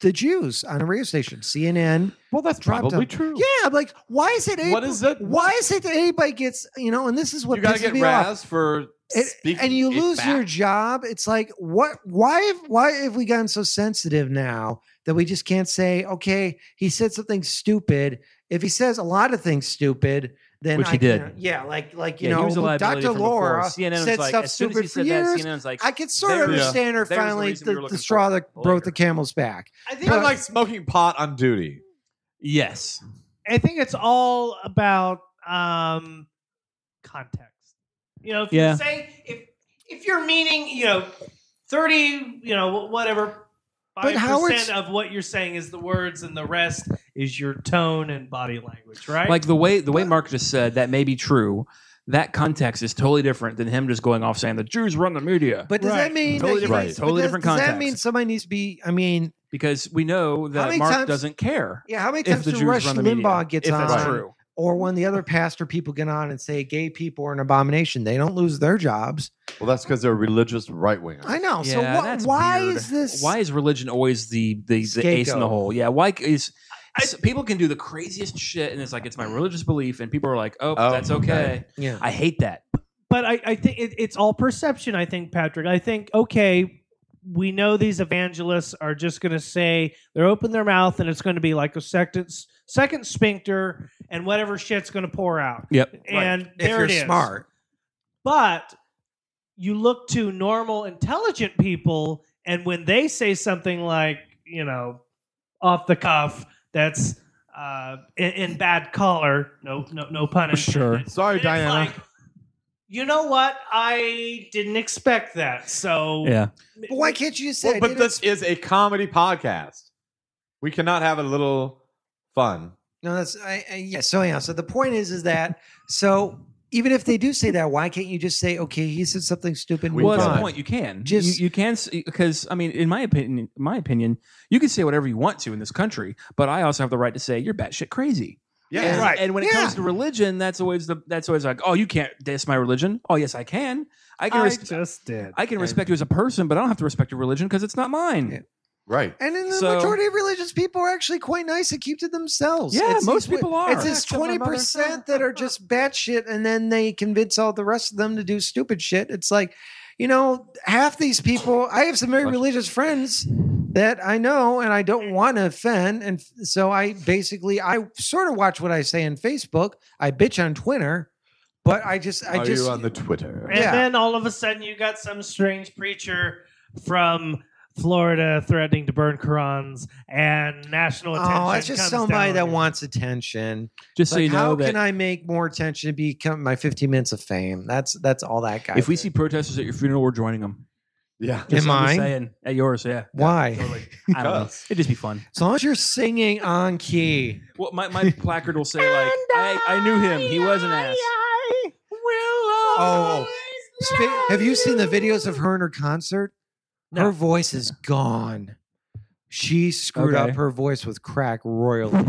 Speaker 2: the Jews on a radio station, CNN.
Speaker 3: Well, that's
Speaker 2: Dropped
Speaker 3: probably
Speaker 2: him.
Speaker 3: true.
Speaker 2: Yeah, I'm like, why is it?
Speaker 3: What
Speaker 2: April-
Speaker 3: is it?
Speaker 2: Why is it that anybody gets you know? And this is what
Speaker 3: you gotta
Speaker 2: pisses
Speaker 3: get
Speaker 2: me off.
Speaker 3: razzed for
Speaker 2: It-
Speaker 3: speaking
Speaker 2: and you
Speaker 3: a
Speaker 2: lose your
Speaker 3: fact.
Speaker 2: job. It's like what? Why? have- Why have we gotten so sensitive now that we just can't say, okay, he said something stupid. If he says a lot of things stupid, then
Speaker 1: Which
Speaker 2: I
Speaker 1: he did.
Speaker 2: can't- Yeah, like like you
Speaker 1: yeah, he was a
Speaker 2: know,
Speaker 1: liability
Speaker 2: Doctor
Speaker 1: from before.
Speaker 2: Laura
Speaker 1: CNN was
Speaker 2: said
Speaker 1: like,
Speaker 2: stuff
Speaker 1: as soon as he
Speaker 2: stupid for
Speaker 1: said that,
Speaker 2: years.
Speaker 1: CNN's like,
Speaker 2: I could sort
Speaker 1: There's-
Speaker 2: of understand her
Speaker 1: there's the
Speaker 2: finally
Speaker 1: reason we
Speaker 2: the,
Speaker 1: were
Speaker 2: the
Speaker 1: looking
Speaker 2: straw
Speaker 1: for
Speaker 2: that broke
Speaker 1: later.
Speaker 2: the camel's back.
Speaker 4: I think
Speaker 3: Kind of
Speaker 4: like
Speaker 3: like smoking pot on duty.
Speaker 1: yes.
Speaker 4: I think it's all about um, context. You know, if
Speaker 1: Yeah.
Speaker 4: you're saying if if you're meaning, you know, thirty, you know, wh- whatever
Speaker 2: But
Speaker 4: five
Speaker 2: Howard's-
Speaker 4: percent of what you're saying is the words, and the rest is your tone and body language, right?
Speaker 1: Like the way the way Mark just said that may be true. That context is totally different than him just going off saying the Jews run the media.
Speaker 2: But does that
Speaker 4: Right.
Speaker 2: mean that
Speaker 1: Totally
Speaker 2: he
Speaker 1: different-
Speaker 2: needs-
Speaker 1: totally
Speaker 2: does-
Speaker 1: different
Speaker 2: Does that
Speaker 1: context.
Speaker 2: mean somebody needs to be? I mean,
Speaker 1: because we know that
Speaker 2: many
Speaker 1: Mark
Speaker 2: times-
Speaker 1: doesn't care
Speaker 2: yeah, how many
Speaker 1: if
Speaker 2: times
Speaker 1: the
Speaker 2: did
Speaker 1: Jews
Speaker 2: Rush
Speaker 1: run the media.
Speaker 2: Limbaugh gets
Speaker 1: if
Speaker 2: on?
Speaker 1: that's true.
Speaker 2: or when the other pastor people get on and say gay people are an abomination, they don't lose their jobs.
Speaker 3: Well, that's because they're religious right wingers.
Speaker 2: I know. Oh, so
Speaker 1: Yeah,
Speaker 2: what,
Speaker 1: that's
Speaker 2: why
Speaker 1: weird.
Speaker 2: is this?
Speaker 1: Why is religion always the the, the ace in the
Speaker 2: Scapegoat.
Speaker 1: hole? Yeah, why is
Speaker 4: I-
Speaker 1: s- people can do the craziest shit and it's like it's my religious belief and people are like, oh,
Speaker 3: Oh,
Speaker 1: that's
Speaker 3: okay.
Speaker 1: okay.
Speaker 2: Yeah.
Speaker 1: I hate that.
Speaker 4: but I, I think it, it's all perception. I think Patrick. I think okay, we know these evangelists are just going to say they're open their mouth, and it's going to be like a second second sphincter, and whatever shit's going to pour out.
Speaker 1: Yep.
Speaker 4: And
Speaker 2: if
Speaker 4: there
Speaker 2: you're
Speaker 4: it is.
Speaker 2: smart,
Speaker 4: But you look to normal, intelligent people, and when they say something like you know off the cuff, that's uh, in, in bad color. No, no, no pun intended.
Speaker 1: Sure.
Speaker 3: Sorry,
Speaker 4: It's
Speaker 3: Diana.
Speaker 4: like, you know what? I didn't expect that. So
Speaker 1: Yeah.
Speaker 2: but why can't you just say?
Speaker 3: Well,
Speaker 2: I
Speaker 3: but
Speaker 2: didn't-
Speaker 3: this is a comedy podcast. We cannot have a little fun.
Speaker 2: no, that's I, I, yeah. So yeah. So the point is, is that so even if they do say that, why can't you just say, okay, he said something stupid.
Speaker 3: We
Speaker 1: well,
Speaker 2: move
Speaker 1: that's
Speaker 3: can't.
Speaker 1: the
Speaker 2: on?
Speaker 1: point. You can
Speaker 2: Just-
Speaker 1: just you, you can because I mean, in my opinion, my opinion, you can say whatever you want to in this country, but I also have the right to say you're batshit crazy.
Speaker 2: Yeah.
Speaker 1: And-
Speaker 4: Right.
Speaker 1: And when it
Speaker 2: Yeah.
Speaker 1: comes to religion, that's always the that's always like, oh, you can't diss my religion. Oh, yes, I can. I can.
Speaker 4: I
Speaker 1: res-
Speaker 4: just did.
Speaker 1: I can respect you as a person, but I don't have to respect your religion because it's not mine.
Speaker 2: Yeah.
Speaker 3: Right.
Speaker 2: And then the
Speaker 1: So-
Speaker 2: majority of religious people are actually quite nice and keep to themselves.
Speaker 1: Yeah,
Speaker 2: It's
Speaker 1: most
Speaker 2: these-
Speaker 1: people are.
Speaker 2: It's this
Speaker 1: Except my
Speaker 2: twenty
Speaker 1: mother.
Speaker 2: percent that are just batshit, and then they convince all the rest of them to do stupid shit. It's like, you know, half these people. I have some very religious friends that I know, and I don't want to offend, and f- so I basically I sort of watch what I say on Facebook. I bitch on Twitter, but I just I
Speaker 3: Are
Speaker 2: just
Speaker 3: you on the Twitter?
Speaker 4: And
Speaker 2: Yeah.
Speaker 4: then all of a sudden, you got some strange preacher from Florida threatening to burn Qurans, and national attention.
Speaker 2: oh, it's just
Speaker 4: comes
Speaker 2: somebody
Speaker 4: down
Speaker 2: that
Speaker 4: on you.
Speaker 2: wants attention.
Speaker 1: Just so
Speaker 2: Like,
Speaker 1: you
Speaker 2: how
Speaker 1: know that
Speaker 2: can I make more attention to become my 15 minutes of fame? That's that's all that guy.
Speaker 1: if we
Speaker 2: did.
Speaker 1: see protesters at your funeral, we're joining them.
Speaker 3: Yeah.
Speaker 2: Am
Speaker 1: I'm just
Speaker 2: I?
Speaker 1: saying at yours? Yeah.
Speaker 2: why,
Speaker 1: Totally. I don't know.
Speaker 3: Because.
Speaker 1: It'd just be fun.
Speaker 2: as long as you're singing on key,
Speaker 1: Well, my, my placard will say like, I, I knew him. He was an ass.
Speaker 2: Oh, Spa- have you seen the videos of her in her concert?
Speaker 1: No.
Speaker 2: Her voice is gone. She screwed
Speaker 1: Okay.
Speaker 2: up her voice with crack royally.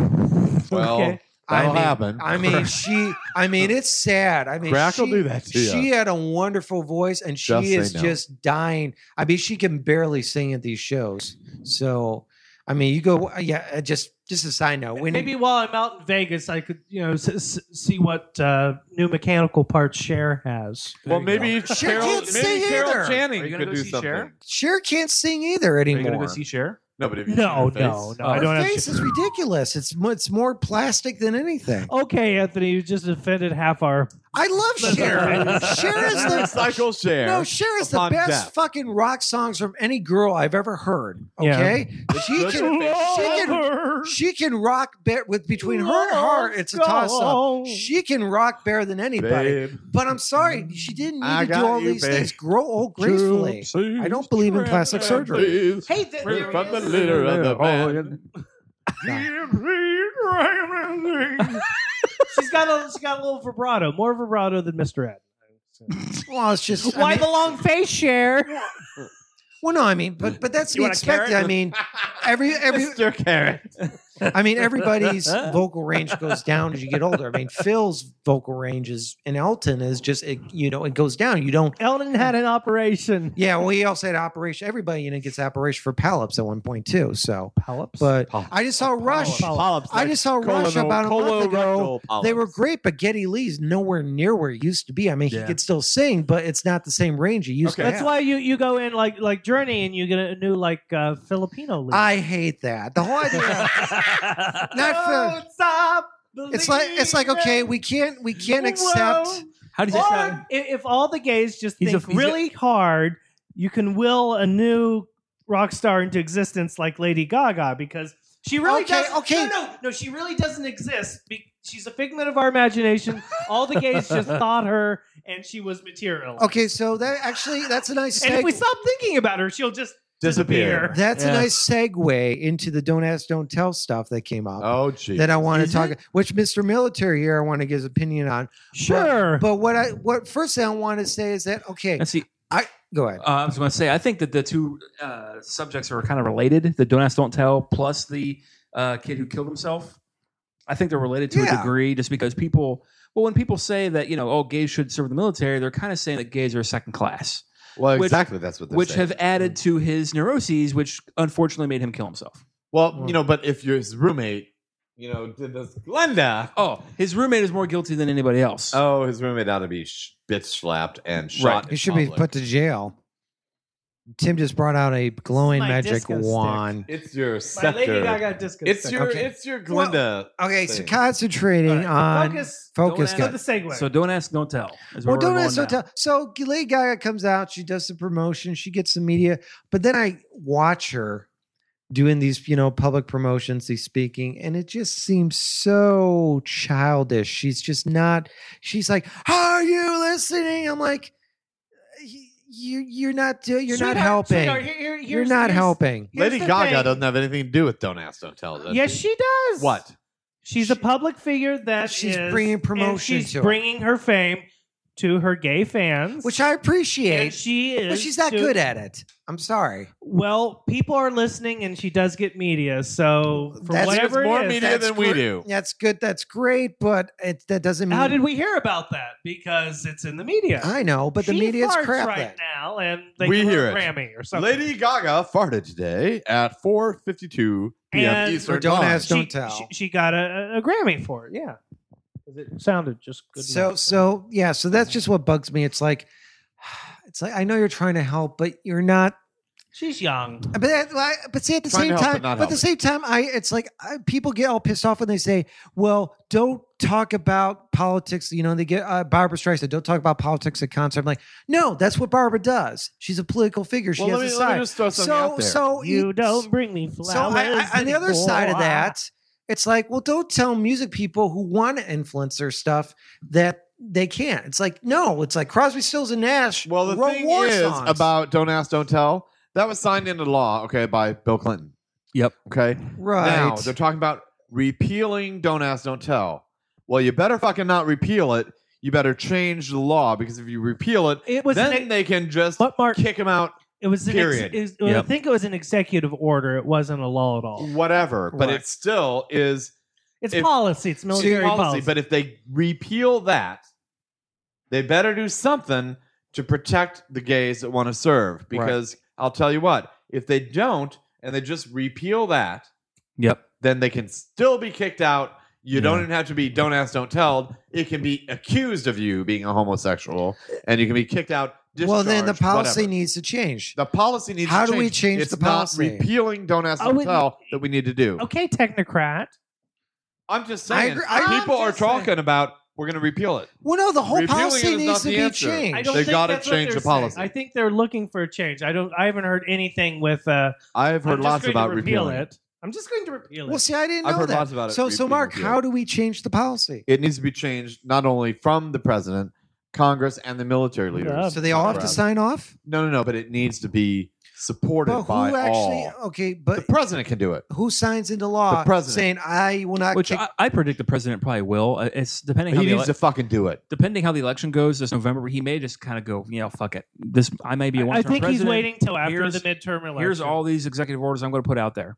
Speaker 3: Well,
Speaker 4: Okay.
Speaker 2: I
Speaker 3: that'll
Speaker 2: mean,
Speaker 3: happen.
Speaker 2: I mean, she. I mean, it's sad. I mean,
Speaker 3: Crack will
Speaker 2: she-
Speaker 3: do that to you.
Speaker 2: She had a wonderful voice, and she
Speaker 3: Just say
Speaker 2: is
Speaker 3: no.
Speaker 2: just dying. I mean, she can barely sing at these shows. So, I mean, you go, yeah. uh, Just, just a side note. When
Speaker 4: Maybe while I'm out in Vegas, I could you know s- s- see what uh, new mechanical parts Cher has.
Speaker 3: well,
Speaker 1: There you
Speaker 3: maybe
Speaker 2: She
Speaker 3: Carol,
Speaker 2: can't
Speaker 3: maybe
Speaker 2: sing either.
Speaker 3: Carol
Speaker 1: Are
Speaker 3: Channing
Speaker 1: you gonna
Speaker 3: could
Speaker 1: go
Speaker 3: do
Speaker 1: see
Speaker 3: something.
Speaker 1: Cher?
Speaker 2: Cher can't sing either
Speaker 1: Are you
Speaker 2: anymore.
Speaker 1: gonna go see Cher?
Speaker 3: No, but if you
Speaker 4: No,
Speaker 3: see her
Speaker 4: no,
Speaker 3: face-
Speaker 4: no.
Speaker 1: Oh.
Speaker 4: I
Speaker 2: her
Speaker 4: don't have.
Speaker 2: face
Speaker 4: Cher.
Speaker 2: is
Speaker 1: Oh,
Speaker 2: ridiculous. It's mo- it's more plastic than anything.
Speaker 4: Okay, Anthony, you just offended half our
Speaker 2: I love Cher. Cher is the
Speaker 3: Cycle share.
Speaker 2: no. Cher is the
Speaker 3: upon
Speaker 2: best
Speaker 3: death.
Speaker 2: fucking rock songs from any girl I've ever heard.
Speaker 4: Yeah.
Speaker 2: Okay, she can she can she can rock bear with between her and her. It's a toss
Speaker 1: Oh.
Speaker 2: up. She can rock better than anybody.
Speaker 3: Babe,
Speaker 2: But I'm sorry, she didn't need
Speaker 3: I
Speaker 2: to
Speaker 3: got
Speaker 2: do all
Speaker 3: you,
Speaker 2: these
Speaker 3: babe.
Speaker 2: things. Grow old gracefully. I don't believe in plastic surgery.
Speaker 5: Hey, th- there
Speaker 3: From the
Speaker 5: is-
Speaker 2: Oh,
Speaker 3: litter of the van.
Speaker 4: she's got a she's got a little vibrato, more vibrato than Mr. Ed.
Speaker 2: Well, it's just I
Speaker 5: Why
Speaker 2: mean-
Speaker 5: the long face share?
Speaker 2: Well, no, I mean, but but that's to
Speaker 1: You
Speaker 2: be
Speaker 1: want a
Speaker 2: expected.
Speaker 1: carrot?
Speaker 2: I mean, every every
Speaker 3: Mr. Carrot.
Speaker 2: I mean, everybody's vocal range goes down as you get older. I mean, Phil's vocal range is and Elton is just it, you know it goes down. You don't.
Speaker 4: Eldon had an operation.
Speaker 2: Yeah, well, he also had operation. Everybody you know gets operation for polyps at one point too. So polyps, but
Speaker 3: Polyps.
Speaker 2: I just saw Rush.
Speaker 5: Oh,
Speaker 3: Polyps.
Speaker 2: I just saw Rush about a month ago.
Speaker 3: Oh,
Speaker 2: They were great, but Getty Lee's nowhere near where he used to be. I mean, he
Speaker 1: Yeah.
Speaker 2: could still sing, but it's not the same range he used to
Speaker 3: Okay.
Speaker 4: That's
Speaker 2: have.
Speaker 4: why you you go in like like Journey and you get a new like uh, Filipino lead.
Speaker 2: I hate that. The whole idea. not Phil.
Speaker 4: Don't stop
Speaker 2: It's like it's like okay, we can't we can't accept.
Speaker 1: How does
Speaker 4: Or
Speaker 1: it
Speaker 4: if,
Speaker 1: sound?
Speaker 4: if all the gays just
Speaker 1: He's a-
Speaker 4: think
Speaker 1: he's a-
Speaker 4: really hard, you can will a new rock star into existence like Lady Gaga because she really
Speaker 2: Okay,
Speaker 4: doesn't.
Speaker 2: okay.
Speaker 4: No, no, no, she really doesn't exist. Be- She's a figment of our imagination. All the gays just thought her, and she was material.
Speaker 2: Okay, so that actually that's a nice.
Speaker 4: And if we
Speaker 2: seg-
Speaker 4: stop thinking about her, she'll just disappear.
Speaker 2: That's a
Speaker 1: Yeah.
Speaker 2: nice segue into the don't ask, don't tell stuff that came up
Speaker 3: Oh, gee.
Speaker 2: that I want to
Speaker 4: Is
Speaker 2: talk, which Mr. Military here I want to give his opinion on.
Speaker 4: sure.
Speaker 2: But what I what first thing I want to say is that okay,
Speaker 1: And see,
Speaker 2: go ahead.
Speaker 1: uh, I was going to say, I think that the two uh, subjects are kind of related: the don't ask, don't tell, plus the uh, kid who killed himself. I think they're related to
Speaker 2: Yeah.
Speaker 1: a degree, just because people. Well, when people say that you know, oh, gays should serve in the military, they're kind of saying that gays are second class,
Speaker 3: well,
Speaker 1: which-
Speaker 3: exactly. that's what they're
Speaker 1: which
Speaker 3: saying.
Speaker 1: have added
Speaker 2: Hmm.
Speaker 1: to his neuroses, which unfortunately made him kill himself.
Speaker 3: Well, you know, but if your his roommate, you know, did this, Glenda.
Speaker 1: Oh, his roommate is more guilty than anybody else.
Speaker 3: Oh, his roommate ought to be sh- bitch slapped and shot.
Speaker 1: Right.
Speaker 3: in
Speaker 2: He should be put
Speaker 3: public.
Speaker 2: to jail. Tim just brought out a glowing
Speaker 4: My
Speaker 2: magic
Speaker 4: disco stick.
Speaker 2: wand.
Speaker 3: It's your
Speaker 4: My Lady
Speaker 3: scepter.
Speaker 4: Gaga disco.
Speaker 3: It's
Speaker 4: stick.
Speaker 3: your.
Speaker 2: Okay.
Speaker 3: It's your Glinda.
Speaker 2: Okay, so
Speaker 3: Thing.
Speaker 2: concentrating on
Speaker 4: focus.
Speaker 2: focus,
Speaker 1: Don't
Speaker 4: Go
Speaker 1: ask-
Speaker 4: the
Speaker 2: guys.
Speaker 4: segue.
Speaker 1: So don't ask, don't tell. is where
Speaker 2: Well,
Speaker 1: we're
Speaker 2: don't
Speaker 1: going
Speaker 2: ask, don't
Speaker 1: now.
Speaker 2: tell. So Lady Gaga comes out, she does the promotion, she gets some media, but then I watch her doing these, you know, public promotions, these speaking, and it just seems so childish. She's just not. She's like, "Are you listening?" I'm like, "Y- "You, you're not. do- You're not
Speaker 4: Sweetheart,
Speaker 2: helping.
Speaker 4: sweetheart, here- here-
Speaker 2: you're
Speaker 4: here's-
Speaker 2: not
Speaker 4: here's-
Speaker 2: helping."
Speaker 4: Here's
Speaker 3: Lady
Speaker 4: the
Speaker 3: Gaga
Speaker 4: thing.
Speaker 3: doesn't have anything to do with Don't Ask, Don't Tell. does
Speaker 4: Yes,
Speaker 3: she?
Speaker 4: she does.
Speaker 3: What?
Speaker 4: She's a public figure that
Speaker 2: She's
Speaker 4: is-
Speaker 2: bringing
Speaker 4: and
Speaker 2: promotion
Speaker 4: she's
Speaker 2: to it.
Speaker 4: bringing her fame to her gay fans,
Speaker 2: Which I
Speaker 4: and
Speaker 2: appreciate,
Speaker 4: she is.
Speaker 2: but she's not
Speaker 4: do-
Speaker 2: good at it. I'm sorry.
Speaker 4: Well, people are listening, and she does get media. So for
Speaker 2: That's-
Speaker 4: whatever
Speaker 3: She gets more
Speaker 4: it is,
Speaker 3: media
Speaker 2: that's
Speaker 3: than we
Speaker 2: cor-
Speaker 3: do.
Speaker 2: That's good. That's great, but it, that doesn't mean
Speaker 4: how did we hear about that? Because it's in the media.
Speaker 2: I know, but the
Speaker 4: She
Speaker 2: media's
Speaker 4: farts
Speaker 2: crap.
Speaker 4: right
Speaker 2: then.
Speaker 4: now, and they
Speaker 3: We
Speaker 4: give her
Speaker 3: hear
Speaker 4: a
Speaker 3: it.
Speaker 4: Grammy or something.
Speaker 3: Lady Gaga farted today at 4:52 p.m.
Speaker 4: And-
Speaker 3: Eastern
Speaker 2: Or don't
Speaker 3: time.
Speaker 2: ask-
Speaker 4: she,
Speaker 2: don't tell.
Speaker 4: She, she got a, a Grammy for it. Yeah, 'Cause it sounded just good.
Speaker 2: so
Speaker 4: enough.
Speaker 2: so yeah so that's just what bugs me it's like it's like i know you're trying to help but you're not
Speaker 4: she's young.
Speaker 2: but that, like, but see at the
Speaker 3: Trying
Speaker 2: same
Speaker 3: to help,
Speaker 2: time
Speaker 3: but not
Speaker 2: but at the same time i it's like I, people get all pissed off when they say well don't talk about politics you know they get uh, barbara streisand don't talk about politics at concert i'm like no that's what barbara does she's a political figure she
Speaker 3: Well,
Speaker 2: has
Speaker 3: let me,
Speaker 2: a
Speaker 3: let me
Speaker 2: side
Speaker 3: just throw something
Speaker 2: so
Speaker 3: out there.
Speaker 2: so
Speaker 4: You
Speaker 2: Oh, it's-
Speaker 4: don't bring me flowers.
Speaker 2: so I, I, on the other
Speaker 4: anymore.
Speaker 2: side of
Speaker 4: Ah.
Speaker 2: that, it's like, well, don't tell music people who want to influence their stuff that they can't. It's like, no, it's like Crosby, Stills, and Nash.
Speaker 3: Well, the
Speaker 2: wrote
Speaker 3: thing
Speaker 2: war
Speaker 3: is
Speaker 2: songs.
Speaker 3: about don't ask, don't tell. That was signed into law, okay, by Bill Clinton.
Speaker 1: Yep.
Speaker 3: Okay.
Speaker 2: right.
Speaker 3: Now they're talking about repealing don't ask, don't tell. Well, you better fucking not repeal it. You better change the law because if you repeal it,
Speaker 4: It was
Speaker 3: then
Speaker 4: an,
Speaker 3: they can just
Speaker 4: what Mark?
Speaker 3: kick him out.
Speaker 4: It was an
Speaker 3: period.
Speaker 4: Ex, is- well,
Speaker 1: Yep.
Speaker 4: I think it was an executive order. It wasn't a law at all.
Speaker 3: Whatever, but
Speaker 2: Right.
Speaker 3: it still is
Speaker 4: It's
Speaker 3: If-
Speaker 4: policy. It's military
Speaker 3: policy,
Speaker 4: policy.
Speaker 3: But if they repeal that, they better do something to protect the gays that want to serve. Because I'll tell you what, if they don't and they just repeal that,
Speaker 1: Yep.
Speaker 3: then they can still be kicked out. You don't
Speaker 1: Yeah.
Speaker 3: even have to be don't ask, don't tell. It can be accused of you being a homosexual, and you can be kicked out.
Speaker 2: well, then the
Speaker 3: discharged, whatever.
Speaker 2: policy needs to change.
Speaker 3: the policy needs.
Speaker 2: How
Speaker 3: to
Speaker 2: do we change
Speaker 3: it's
Speaker 2: the
Speaker 3: not
Speaker 2: policy?
Speaker 3: repealing don't ask,
Speaker 4: Oh,
Speaker 3: don't
Speaker 4: it-
Speaker 3: tell that we need to do.
Speaker 4: okay, technocrat.
Speaker 3: I'm just
Speaker 2: I
Speaker 3: saying.
Speaker 2: agree- I-
Speaker 3: people
Speaker 2: I'm
Speaker 3: are
Speaker 2: just saying.
Speaker 3: talking about we're going to repeal it.
Speaker 2: Well, no, the whole
Speaker 3: Repealing it
Speaker 2: policy
Speaker 3: is
Speaker 2: needs
Speaker 3: not
Speaker 2: to
Speaker 3: the
Speaker 2: be
Speaker 3: answer.
Speaker 2: changed.
Speaker 4: I don't
Speaker 3: They
Speaker 4: think
Speaker 3: gotta
Speaker 4: that's what
Speaker 3: change
Speaker 4: they're
Speaker 3: the policy.
Speaker 4: saying. I think they're looking for a change. I don't. I haven't heard anything with. Uh,
Speaker 3: I've heard
Speaker 4: I'm just
Speaker 3: lots
Speaker 4: going
Speaker 3: about
Speaker 4: to repeal
Speaker 3: repealing
Speaker 4: it. I'm just going to repeal
Speaker 2: Well,
Speaker 4: it.
Speaker 2: see, I didn't know
Speaker 3: I've heard
Speaker 2: that.
Speaker 3: lots about it
Speaker 2: So, so
Speaker 3: being
Speaker 2: Mark,
Speaker 3: repealed.
Speaker 2: how do we change the policy?
Speaker 3: It needs to be changed not only from the president, Congress, and the military leaders.
Speaker 5: Yeah.
Speaker 2: So they all have to
Speaker 3: Right.
Speaker 2: sign off.
Speaker 3: No, no, no. But it needs to be supported
Speaker 2: But
Speaker 3: by
Speaker 2: who actually? uh,
Speaker 3: all.
Speaker 2: Okay,
Speaker 3: the
Speaker 2: but
Speaker 3: president can do it.
Speaker 2: who signs into law
Speaker 3: The president.
Speaker 2: saying I will not?
Speaker 1: Which
Speaker 2: kick-
Speaker 1: I, I predict the president probably will. Uh, It's depending
Speaker 3: He
Speaker 1: how the
Speaker 3: needs
Speaker 1: ele-
Speaker 3: to fucking do it.
Speaker 1: depending how the election goes this November. He may just kind of go, you know, fuck it. This I may be a
Speaker 4: I
Speaker 1: one-term
Speaker 4: think he's
Speaker 1: president.
Speaker 4: waiting till after
Speaker 1: Here's-
Speaker 4: the midterm election.
Speaker 1: Here's all these executive orders I'm going to put out there.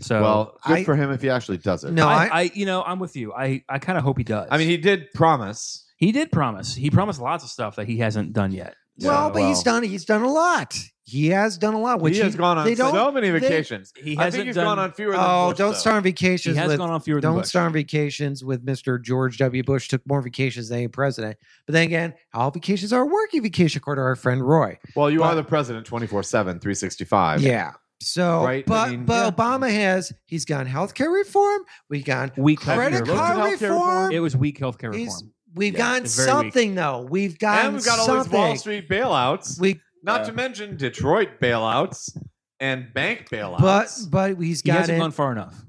Speaker 1: So
Speaker 3: well, good
Speaker 2: I-
Speaker 3: for him if he actually does it.
Speaker 2: No,
Speaker 1: I,
Speaker 2: I,
Speaker 1: I, you know, I'm with you. I, I kind of hope he does.
Speaker 3: I mean, he did promise.
Speaker 1: he did promise. He promised lots of stuff that he hasn't done yet.
Speaker 2: well,
Speaker 3: Yeah,
Speaker 2: but he's done. He's done a lot. He has done a lot. Which
Speaker 3: he has gone on
Speaker 2: They don't.
Speaker 3: so many
Speaker 2: they-
Speaker 3: vacations.
Speaker 1: He
Speaker 3: I
Speaker 1: hasn't
Speaker 3: think he's
Speaker 1: done.
Speaker 3: gone on fewer than
Speaker 2: oh,
Speaker 3: Bush,
Speaker 2: don't
Speaker 3: though.
Speaker 2: start on
Speaker 1: he
Speaker 2: vacations.
Speaker 1: has
Speaker 2: with,
Speaker 1: gone on fewer than
Speaker 2: don't
Speaker 1: Bush.
Speaker 2: start on vacations with Mr. George W. Bush. Took more vacations than any president. But then again, all vacations are working vacation, according to our friend Roy.
Speaker 3: Well, you are
Speaker 2: But-
Speaker 3: the president 24 7, 365.
Speaker 2: Yeah. So,
Speaker 3: Right? I
Speaker 2: but
Speaker 3: mean,
Speaker 2: but
Speaker 3: yeah.
Speaker 2: Obama has he's gone healthcare reform. We've gone
Speaker 1: Weak
Speaker 2: credit
Speaker 1: healthcare
Speaker 3: looked at
Speaker 2: card
Speaker 3: healthcare
Speaker 2: reform.
Speaker 3: reform?
Speaker 1: It was weak healthcare
Speaker 2: He's-
Speaker 1: reform.
Speaker 2: we've
Speaker 3: Yeah,
Speaker 2: gone
Speaker 1: it's very weak.
Speaker 2: something though. We've gone
Speaker 3: And we've got all
Speaker 2: something.
Speaker 3: these Wall Street bailouts,
Speaker 2: We
Speaker 3: not
Speaker 1: Yeah.
Speaker 3: to mention Detroit bailouts and bank bailouts.
Speaker 2: but but he's
Speaker 1: He
Speaker 2: got
Speaker 1: hasn't
Speaker 2: it.
Speaker 1: gone far enough.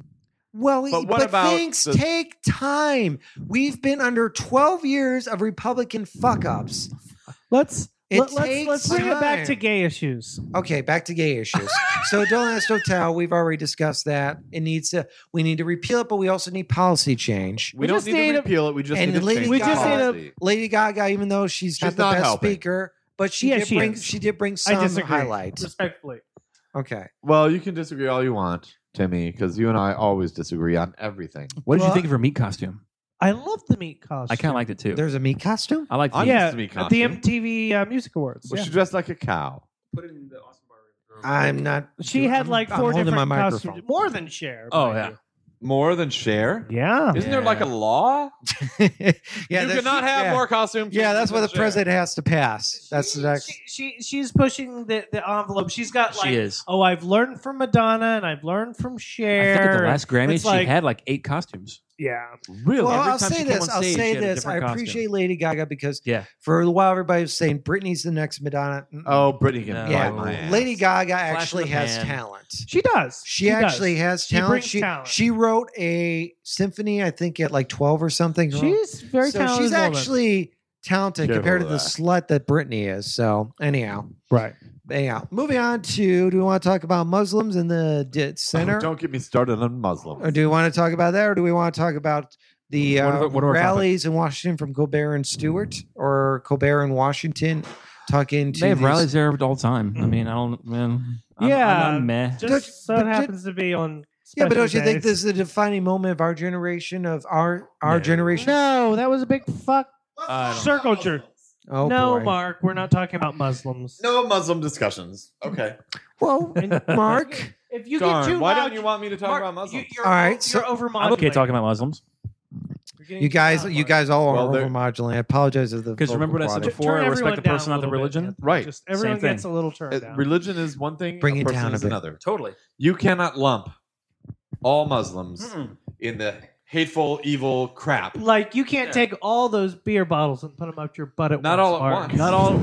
Speaker 2: Well, e,
Speaker 3: But
Speaker 2: but,
Speaker 3: what about
Speaker 2: things
Speaker 3: the-
Speaker 2: take time. We've been under 12 years of Republican fuck ups.
Speaker 4: Let's
Speaker 2: It
Speaker 4: let, us
Speaker 2: takes
Speaker 4: let's bring it back
Speaker 2: time.
Speaker 4: to gay issues.
Speaker 2: Okay, back to gay issues. so don't ask, don't tell. We've already discussed that. It needs to. We need to repeal it, but we also need policy change.
Speaker 3: we,
Speaker 4: we
Speaker 3: don't
Speaker 4: just
Speaker 3: need
Speaker 4: need
Speaker 3: to
Speaker 4: a-
Speaker 3: repeal it. We just
Speaker 2: and
Speaker 3: need to
Speaker 2: Lady
Speaker 3: change
Speaker 4: We
Speaker 3: the
Speaker 4: just need a-
Speaker 3: policy.
Speaker 2: Lady Gaga, even though she's,
Speaker 3: She's
Speaker 2: not the
Speaker 3: not
Speaker 2: best
Speaker 3: helping.
Speaker 2: speaker, but she
Speaker 4: Yeah,
Speaker 2: did
Speaker 4: she
Speaker 2: bring
Speaker 4: is.
Speaker 2: she did bring
Speaker 4: I
Speaker 2: some
Speaker 4: disagree.
Speaker 2: highlight.
Speaker 4: Respectfully,
Speaker 2: Okay,
Speaker 3: Well, you can disagree all you want, Timmy, because you and I always disagree on everything.
Speaker 1: What did
Speaker 2: Well,
Speaker 1: you think of her meat costume?
Speaker 4: I love the meat costume.
Speaker 1: I kind of liked it too.
Speaker 2: there's a meat costume.
Speaker 1: I liked
Speaker 3: I'm
Speaker 1: the
Speaker 4: yeah,
Speaker 3: used to meat
Speaker 4: at the
Speaker 3: costume.
Speaker 4: MTV uh, Music Awards.
Speaker 3: Was
Speaker 4: yeah.
Speaker 3: she dressed like a cow?
Speaker 1: Put it in the Austin Bar.
Speaker 2: I'm not.
Speaker 4: She
Speaker 2: dude,
Speaker 4: had
Speaker 2: I'm-
Speaker 4: like
Speaker 2: I'm
Speaker 4: 4
Speaker 2: holding
Speaker 4: different
Speaker 2: my
Speaker 4: costumes,
Speaker 2: microphone.
Speaker 4: more than share.
Speaker 1: Oh, yeah.
Speaker 3: More than share?
Speaker 4: yeah.
Speaker 3: Isn't there like a
Speaker 1: Yeah.
Speaker 3: law?
Speaker 2: yeah,
Speaker 3: you
Speaker 2: that's-
Speaker 3: cannot have
Speaker 2: yeah.
Speaker 3: more costume.
Speaker 2: Yeah, that's
Speaker 3: changes
Speaker 2: what
Speaker 3: than
Speaker 2: the
Speaker 3: Cher.
Speaker 2: president has to pass. That's
Speaker 4: she,
Speaker 2: the next.
Speaker 4: She, she she's pushing the, the envelope. She's got like
Speaker 1: She is.
Speaker 4: oh, I've learned from Madonna and I've learned from
Speaker 1: I think
Speaker 4: Cher.
Speaker 1: at the last Grammys
Speaker 4: It's
Speaker 1: she
Speaker 4: like-
Speaker 1: had like eight costumes.
Speaker 4: yeah,
Speaker 3: Really?
Speaker 2: Well,
Speaker 1: Every
Speaker 2: I'll
Speaker 1: time she
Speaker 2: say
Speaker 1: came
Speaker 2: this.
Speaker 1: on
Speaker 2: I'll
Speaker 1: stage, she
Speaker 2: say
Speaker 1: had a
Speaker 2: this. I
Speaker 1: different costume.
Speaker 2: appreciate Lady Gaga because
Speaker 1: Yeah.
Speaker 2: for a while everybody was saying Britney's the next Madonna. Mm,
Speaker 3: oh, Britney can
Speaker 1: No.
Speaker 2: Yeah.
Speaker 3: bite my ass.
Speaker 2: Lady Gaga
Speaker 1: in
Speaker 2: actually
Speaker 1: the
Speaker 2: has
Speaker 1: pan.
Speaker 2: talent.
Speaker 4: she does.
Speaker 2: She,
Speaker 4: does.
Speaker 2: actually has
Speaker 4: She
Speaker 2: talent.
Speaker 4: brings
Speaker 2: She
Speaker 4: talent.
Speaker 2: she wrote a symphony, I think, at like twelve or something.
Speaker 4: She's very
Speaker 2: so
Speaker 4: talented.
Speaker 2: she's
Speaker 4: woman.
Speaker 2: actually talented
Speaker 3: Careful
Speaker 2: compared to
Speaker 3: with
Speaker 2: the slut that Britney is. So anyhow,
Speaker 4: right.
Speaker 2: anyhow, moving on to do we want to talk about Muslims in the d- center?
Speaker 3: Oh, don't get me started on Muslim.
Speaker 2: Or do we want to talk about that, or do we want to talk about the uh,
Speaker 1: What are the- what are our
Speaker 2: rallies in Washington from Colbert and Stewart, or Colbert and Washington talking to
Speaker 1: They have
Speaker 2: these-
Speaker 1: rallies there all the time. I mean, I don't, man. I'm,
Speaker 4: Yeah.
Speaker 1: I'm, I'm meh.
Speaker 4: Just
Speaker 2: Look,
Speaker 4: so
Speaker 2: but
Speaker 4: it
Speaker 2: did-
Speaker 4: happens to be on.
Speaker 2: Yeah, but
Speaker 4: special
Speaker 2: don't you think
Speaker 4: days.
Speaker 2: this is the defining moment of our generation, of our our
Speaker 1: No.
Speaker 2: generation?
Speaker 4: No, that was a big fuck
Speaker 1: I don't-
Speaker 4: circle jerk.
Speaker 2: Oh,
Speaker 4: no,
Speaker 2: boy.
Speaker 4: Mark, we're not talking about Muslims.
Speaker 3: No Muslim discussions. Okay.
Speaker 2: Well, Mark.
Speaker 4: If you
Speaker 3: Darn,
Speaker 4: get too
Speaker 3: why
Speaker 4: loud,
Speaker 3: don't you want me to talk
Speaker 4: Mark,
Speaker 3: about
Speaker 4: You,
Speaker 3: Muslims?
Speaker 4: you're,
Speaker 2: All right,
Speaker 4: You're
Speaker 2: so-
Speaker 1: I'm
Speaker 4: overmodulating.
Speaker 1: okay talking about Muslims
Speaker 4: You're getting
Speaker 2: You
Speaker 4: too
Speaker 2: guys,
Speaker 4: loud,
Speaker 2: you
Speaker 4: Mark.
Speaker 2: guys all
Speaker 3: Well,
Speaker 2: are
Speaker 3: they're-
Speaker 2: over modulating. I apologize of the
Speaker 1: because
Speaker 2: vocal
Speaker 1: remember what I said
Speaker 2: quality.
Speaker 4: Turn
Speaker 1: before:
Speaker 4: everyone
Speaker 1: respect the
Speaker 4: down
Speaker 1: person,
Speaker 4: a
Speaker 1: not the
Speaker 4: little bit,
Speaker 1: religion.
Speaker 4: Anthony.
Speaker 3: Right.
Speaker 4: Just everyone
Speaker 1: Same thing.
Speaker 4: gets a little turned
Speaker 3: Uh,
Speaker 4: down.
Speaker 3: Religion is one thing.
Speaker 2: Bring
Speaker 3: a
Speaker 2: it
Speaker 3: person
Speaker 2: down a
Speaker 3: is
Speaker 2: bit.
Speaker 3: another.
Speaker 1: Totally.
Speaker 3: You cannot lump all Muslims in the hateful, evil crap.
Speaker 4: like you can't
Speaker 1: Yeah.
Speaker 4: take all those beer bottles and put them up your butt at
Speaker 3: Not
Speaker 4: once.
Speaker 3: all at
Speaker 4: Mark.
Speaker 3: once.
Speaker 1: Not all.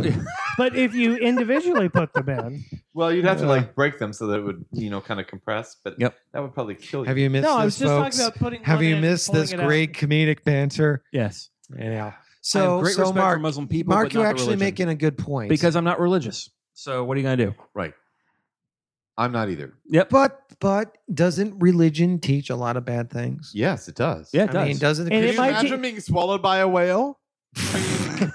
Speaker 4: But if you individually put them in,
Speaker 3: Well, you'd have to
Speaker 2: Yeah.
Speaker 3: like break them so that it would, you know, kind of compress. But
Speaker 1: Yep.
Speaker 3: that would probably kill you.
Speaker 2: Have you missed
Speaker 4: no, I was
Speaker 2: this,
Speaker 4: just
Speaker 2: folks?
Speaker 4: talking about putting.
Speaker 2: Have
Speaker 4: one in
Speaker 2: you
Speaker 4: and
Speaker 2: missed
Speaker 4: pulling
Speaker 2: this
Speaker 4: it out.
Speaker 2: great comedic banter?
Speaker 1: yes.
Speaker 2: Anyhow,
Speaker 1: I
Speaker 2: so
Speaker 1: have great
Speaker 2: so
Speaker 1: respect
Speaker 2: Mark,
Speaker 1: for Muslim people.
Speaker 2: Mark,
Speaker 1: but
Speaker 2: you're
Speaker 1: not the
Speaker 2: actually
Speaker 1: religion.
Speaker 2: making a good point
Speaker 1: because I'm not religious. So what are you gonna do?
Speaker 3: I'm not either.
Speaker 1: Yep.
Speaker 2: But but doesn't religion teach a lot of bad things?
Speaker 3: Yes, it does.
Speaker 1: Yeah, it
Speaker 2: I
Speaker 1: does.
Speaker 2: mean, doesn't
Speaker 4: And
Speaker 3: Can
Speaker 4: it
Speaker 3: you
Speaker 4: might
Speaker 3: imagine
Speaker 4: be-
Speaker 3: being swallowed by a whale?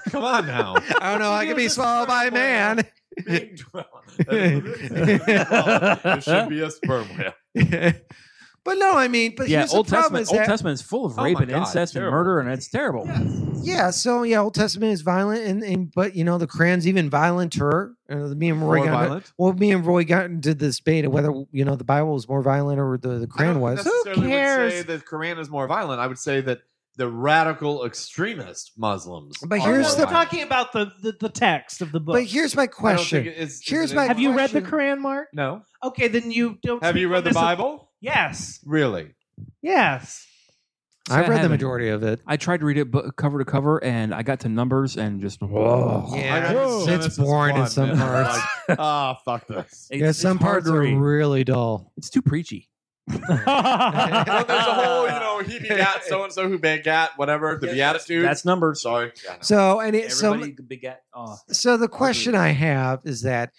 Speaker 3: Come on now.
Speaker 2: I don't know. I could be swallowed by a man.
Speaker 3: Being swallowed. It should be a sperm whale.
Speaker 2: but no, I mean, but
Speaker 1: yeah,
Speaker 2: here's
Speaker 1: Old
Speaker 2: the problem
Speaker 1: Testament.
Speaker 2: is
Speaker 1: Old
Speaker 2: that
Speaker 1: Testament is full of
Speaker 3: Oh
Speaker 1: rape
Speaker 3: my
Speaker 1: and
Speaker 3: God,
Speaker 1: incest and
Speaker 3: terrible.
Speaker 1: murder, and it's terrible.
Speaker 2: yeah, so yeah, Old Testament is violent, and, and but you know the Quran's even violenter. Uh, me and Roy
Speaker 3: More
Speaker 2: got
Speaker 3: violent?
Speaker 2: well, me and Roy got did this debate of whether you know the Bible is more violent or the the
Speaker 3: I don't
Speaker 2: Quran was.
Speaker 3: necessarily
Speaker 4: Who
Speaker 3: Would say
Speaker 4: cares?
Speaker 3: that Quran is more violent. I would say that the radical extremist Muslims.
Speaker 2: But
Speaker 3: are
Speaker 2: here's
Speaker 3: more
Speaker 2: the-
Speaker 4: We're
Speaker 3: violent.
Speaker 4: talking about the, the the text of the book.
Speaker 2: But here's my
Speaker 3: I don't think
Speaker 2: question:
Speaker 3: it is-
Speaker 2: Here's
Speaker 3: is it
Speaker 2: my-
Speaker 4: have you read the
Speaker 2: question-
Speaker 4: Quran, Mark?
Speaker 3: No.
Speaker 4: Okay, then you don't.
Speaker 3: Have
Speaker 4: speak
Speaker 3: you
Speaker 4: on
Speaker 3: read the
Speaker 4: this-
Speaker 3: Bible?
Speaker 4: Yes.
Speaker 3: Really?
Speaker 4: Yes.
Speaker 1: I
Speaker 2: I've read the
Speaker 1: haven't.
Speaker 2: majority of it.
Speaker 1: I tried to read it bu- cover to cover, and I got to numbers and just whoa.
Speaker 2: Yeah.
Speaker 3: I gotta
Speaker 2: Whoa.
Speaker 3: say,
Speaker 2: It's
Speaker 3: this is
Speaker 2: boring in
Speaker 3: fun,
Speaker 2: some
Speaker 3: man. I'm
Speaker 2: parts.
Speaker 3: Like, oh, fuck this.
Speaker 1: It's,
Speaker 2: Yeah,
Speaker 1: it's
Speaker 2: some
Speaker 1: hard
Speaker 2: parts
Speaker 1: to
Speaker 2: are
Speaker 1: read.
Speaker 2: really dull.
Speaker 1: it's too preachy.
Speaker 3: well, there's a whole, you know, he begat so and so who begat whatever the beatitude.
Speaker 1: That's numbers.
Speaker 3: sorry. Yeah, no.
Speaker 2: So and it, so
Speaker 1: Everybody begat. Oh.
Speaker 2: So
Speaker 3: Mm-hmm.
Speaker 2: the question I have is that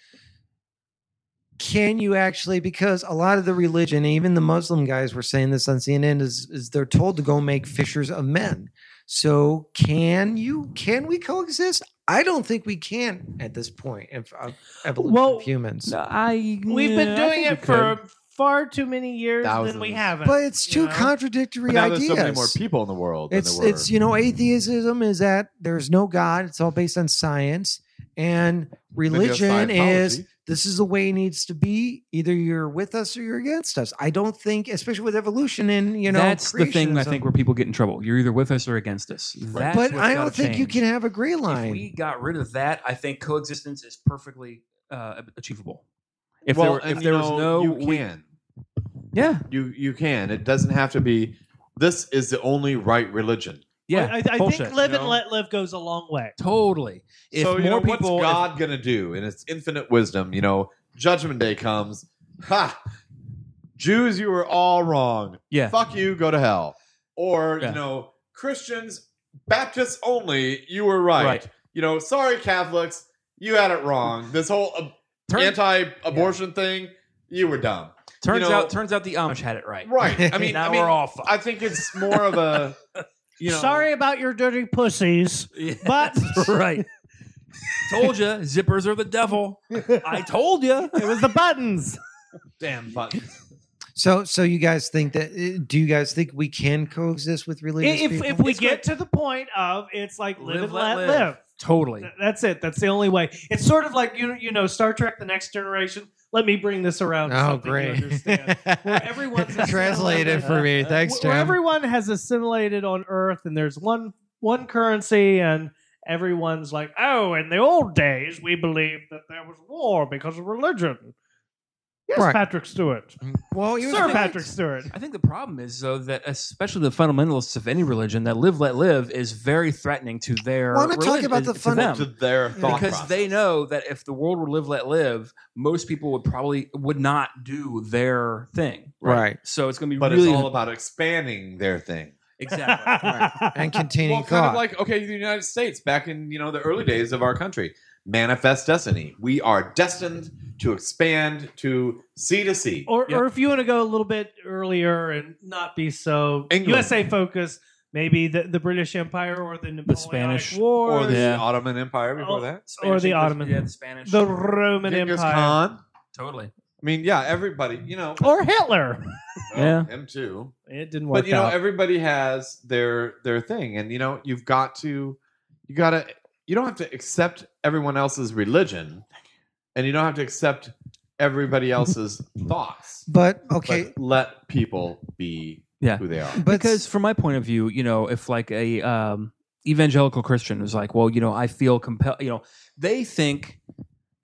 Speaker 2: can you actually because a lot of the religion, even the Muslim guys were saying this on CNN is is they're told to go make fishers of men. So can you can we coexist? I don't think we can at this point of, of evolution
Speaker 4: Well,
Speaker 2: of humans.
Speaker 1: I
Speaker 4: We've been doing it for far too many years, and we
Speaker 3: Thousands.
Speaker 4: haven't.
Speaker 2: But it's two
Speaker 4: you know?
Speaker 2: contradictory
Speaker 3: But now
Speaker 2: ideas.
Speaker 3: there's so many more people in the world
Speaker 2: it's
Speaker 3: than there were.
Speaker 2: it's you know atheism is that there's no God. It's all based on science and
Speaker 3: Maybe that's
Speaker 2: religion is
Speaker 3: Scientology.
Speaker 2: this is the way it needs to be. Either you're with us or you're against us. I don't think, especially with evolution and you know,
Speaker 1: that's the thing I think
Speaker 2: creationism.
Speaker 1: where people get in trouble. You're either with us or against us. That's
Speaker 2: But
Speaker 1: what's
Speaker 2: I
Speaker 1: gotta
Speaker 2: don't think you
Speaker 1: change.
Speaker 2: can have a gray
Speaker 1: If
Speaker 2: line.
Speaker 1: we got rid of that, I think coexistence is perfectly uh, achievable. If
Speaker 3: well,
Speaker 1: there, were-
Speaker 3: and,
Speaker 1: if
Speaker 3: you
Speaker 1: there was
Speaker 3: know,
Speaker 1: no,
Speaker 3: you
Speaker 1: we-
Speaker 3: can.
Speaker 1: yeah,
Speaker 3: You you can. It doesn't have to be. This is the only right religion.
Speaker 1: yeah,
Speaker 4: I, I
Speaker 1: bullshit,
Speaker 4: think live
Speaker 3: you know?
Speaker 4: and let live goes a long way.
Speaker 1: totally. If
Speaker 3: so
Speaker 1: more
Speaker 3: you know,
Speaker 1: people,
Speaker 3: what's God gonna do in His infinite wisdom? You know, Judgment Day comes. Ha! Jews, you were all wrong.
Speaker 1: yeah,
Speaker 3: Fuck you. Go to hell. Or
Speaker 1: Yeah.
Speaker 3: you know, Christians, Baptists only. You were right.
Speaker 1: Right.
Speaker 3: You know, sorry Catholics, you had it wrong. This whole ab-
Speaker 1: Turn-
Speaker 3: anti-abortion thing, you were dumb.
Speaker 1: turns
Speaker 3: you know-
Speaker 1: out turns out the Amish had it right.
Speaker 3: Right. I mean,
Speaker 1: now
Speaker 3: I mean,
Speaker 1: we're all fucked.
Speaker 3: I think it's more of a. You know,
Speaker 4: Sorry about your dirty pussies, but
Speaker 1: right. told you, zippers are the devil. I told you.
Speaker 4: it was the buttons.
Speaker 1: Damn buttons.
Speaker 2: so, so you guys think that? uh, Do you guys think we can coexist with religious
Speaker 4: if,
Speaker 2: people?
Speaker 4: if we
Speaker 1: It's
Speaker 4: get to the point of it's like live, and let, live.
Speaker 1: Totally.
Speaker 4: Th- That's it. That's the only way. It's sort of like you you know Star Trek: The Next Generation. Let me bring this around. to
Speaker 2: oh,
Speaker 4: something you
Speaker 2: great!
Speaker 4: understand. Where everyone's
Speaker 2: translate it for me. Thanks,
Speaker 4: Where
Speaker 2: Tim.
Speaker 4: everyone has assimilated on Earth, and there's one one currency, and everyone's like, oh, in the old days we believed that there was war because of religion. Yes,
Speaker 2: Right.
Speaker 4: Patrick Stewart.
Speaker 2: well, you
Speaker 4: Sir Patrick Stewart.
Speaker 1: I think the problem is though that especially the fundamentalists of any religion that live let live is very threatening to their.
Speaker 2: Well, I'm not talking
Speaker 1: religion-
Speaker 2: about the
Speaker 1: to
Speaker 2: funda-
Speaker 1: them.
Speaker 3: to their thought
Speaker 1: because
Speaker 3: process.
Speaker 1: they know that if the world were live let live, most people would probably would not do their thing.
Speaker 2: right?
Speaker 1: So it's going to be
Speaker 3: but
Speaker 1: really
Speaker 3: it's all about expanding their thing.
Speaker 1: exactly.
Speaker 2: And containing
Speaker 3: Well, kind
Speaker 2: thought.
Speaker 3: of like okay, the United States back in you know the early days of our country, manifest destiny. We are destined to expand to sea to sea.
Speaker 4: or,
Speaker 1: Yep.
Speaker 4: or if you want to go a little bit earlier and not be so
Speaker 3: England.
Speaker 4: USA focused, maybe the, the British Empire or the Napoleonic
Speaker 1: Spanish-
Speaker 4: War,
Speaker 3: Or the
Speaker 1: Yeah.
Speaker 3: Ottoman Empire before
Speaker 4: Oh,
Speaker 3: that.
Speaker 1: Spanish
Speaker 4: Or the
Speaker 1: English-
Speaker 4: Ottoman.
Speaker 1: yeah, the Spanish,
Speaker 4: the Roman
Speaker 3: Genghis
Speaker 4: Empire,
Speaker 3: Khan.
Speaker 1: totally.
Speaker 3: I mean, yeah, everybody. You know,
Speaker 4: or Hitler.
Speaker 3: oh,
Speaker 1: Yeah.
Speaker 3: him too.
Speaker 4: It didn't work
Speaker 3: But you know,
Speaker 4: out.
Speaker 3: everybody has their their thing, and you know, you've got to, you gotta, you don't have to accept everyone else's religion, and you don't have to accept everybody else's thoughts.
Speaker 2: but okay,
Speaker 3: But let people be
Speaker 1: Yeah.
Speaker 3: who they are.
Speaker 2: but
Speaker 1: because from my point of view, you know, if like a um, evangelical Christian was like, well, you know, I feel compelled, you know, they think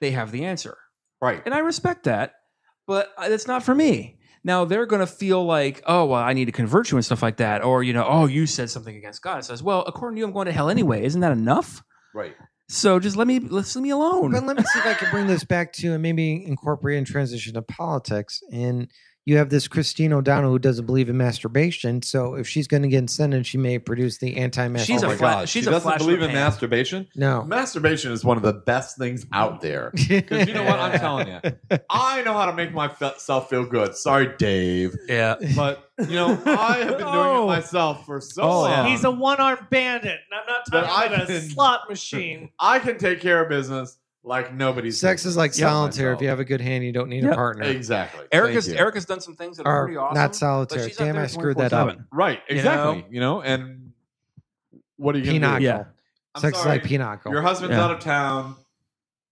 Speaker 1: they have the answer,
Speaker 3: Right.
Speaker 1: and I respect that, but I- that's not for me. Now they're going to feel like, oh, well, I need to convert you and stuff like that, or you know, oh, you said something against God. It says, well, according to you, I'm going to hell anyway. Isn't that enough?
Speaker 3: Right.
Speaker 1: So just let me let's leave me alone.
Speaker 2: But let me see if I can bring this back to and maybe incorporate and transition to politics. And you have this Christine O'Donnell who doesn't believe in masturbation. So if she's going to get incentive, she may produce the
Speaker 1: She's
Speaker 2: anti-masturbation.
Speaker 1: a
Speaker 3: Oh my
Speaker 1: fla-
Speaker 3: God.
Speaker 1: she's
Speaker 3: she
Speaker 1: a
Speaker 3: doesn't
Speaker 1: flash in
Speaker 3: believe
Speaker 1: the
Speaker 3: in
Speaker 1: pan.
Speaker 3: masturbation.
Speaker 2: no.
Speaker 3: Masturbation is one of the best things out there. Because you know what? I'm telling you, I know how to make myself feel good. Sorry, Dave.
Speaker 1: yeah,
Speaker 3: But, you know, I have been doing it
Speaker 4: Oh.
Speaker 3: myself for so
Speaker 1: Oh,
Speaker 3: long.
Speaker 4: He's a one-armed bandit, and I'm
Speaker 3: But
Speaker 4: not talking
Speaker 3: I
Speaker 4: about a
Speaker 3: can-
Speaker 4: slot machine.
Speaker 3: I can take care of business like nobody's
Speaker 2: Sex
Speaker 3: business.
Speaker 2: is like
Speaker 3: Yeah.
Speaker 2: solitaire. If you have a good hand, you don't need
Speaker 1: Yep.
Speaker 2: a partner.
Speaker 3: Exactly.
Speaker 1: Erica's
Speaker 3: Thank you.
Speaker 1: Erica's done some things that are
Speaker 2: Or
Speaker 1: pretty awesome.
Speaker 2: not
Speaker 1: but
Speaker 2: solitaire.
Speaker 1: she's out
Speaker 2: Damn,
Speaker 1: there
Speaker 2: I screwed that up.
Speaker 1: 24/7.
Speaker 3: Right.
Speaker 1: You
Speaker 3: Exactly. You
Speaker 1: know?
Speaker 3: know, and what are you going to
Speaker 2: Pinochle.
Speaker 3: do?
Speaker 1: Yeah.
Speaker 3: I'm
Speaker 2: Sex is
Speaker 3: sorry.
Speaker 2: like pinochle.
Speaker 3: Your husband's
Speaker 1: Yeah.
Speaker 3: out of town.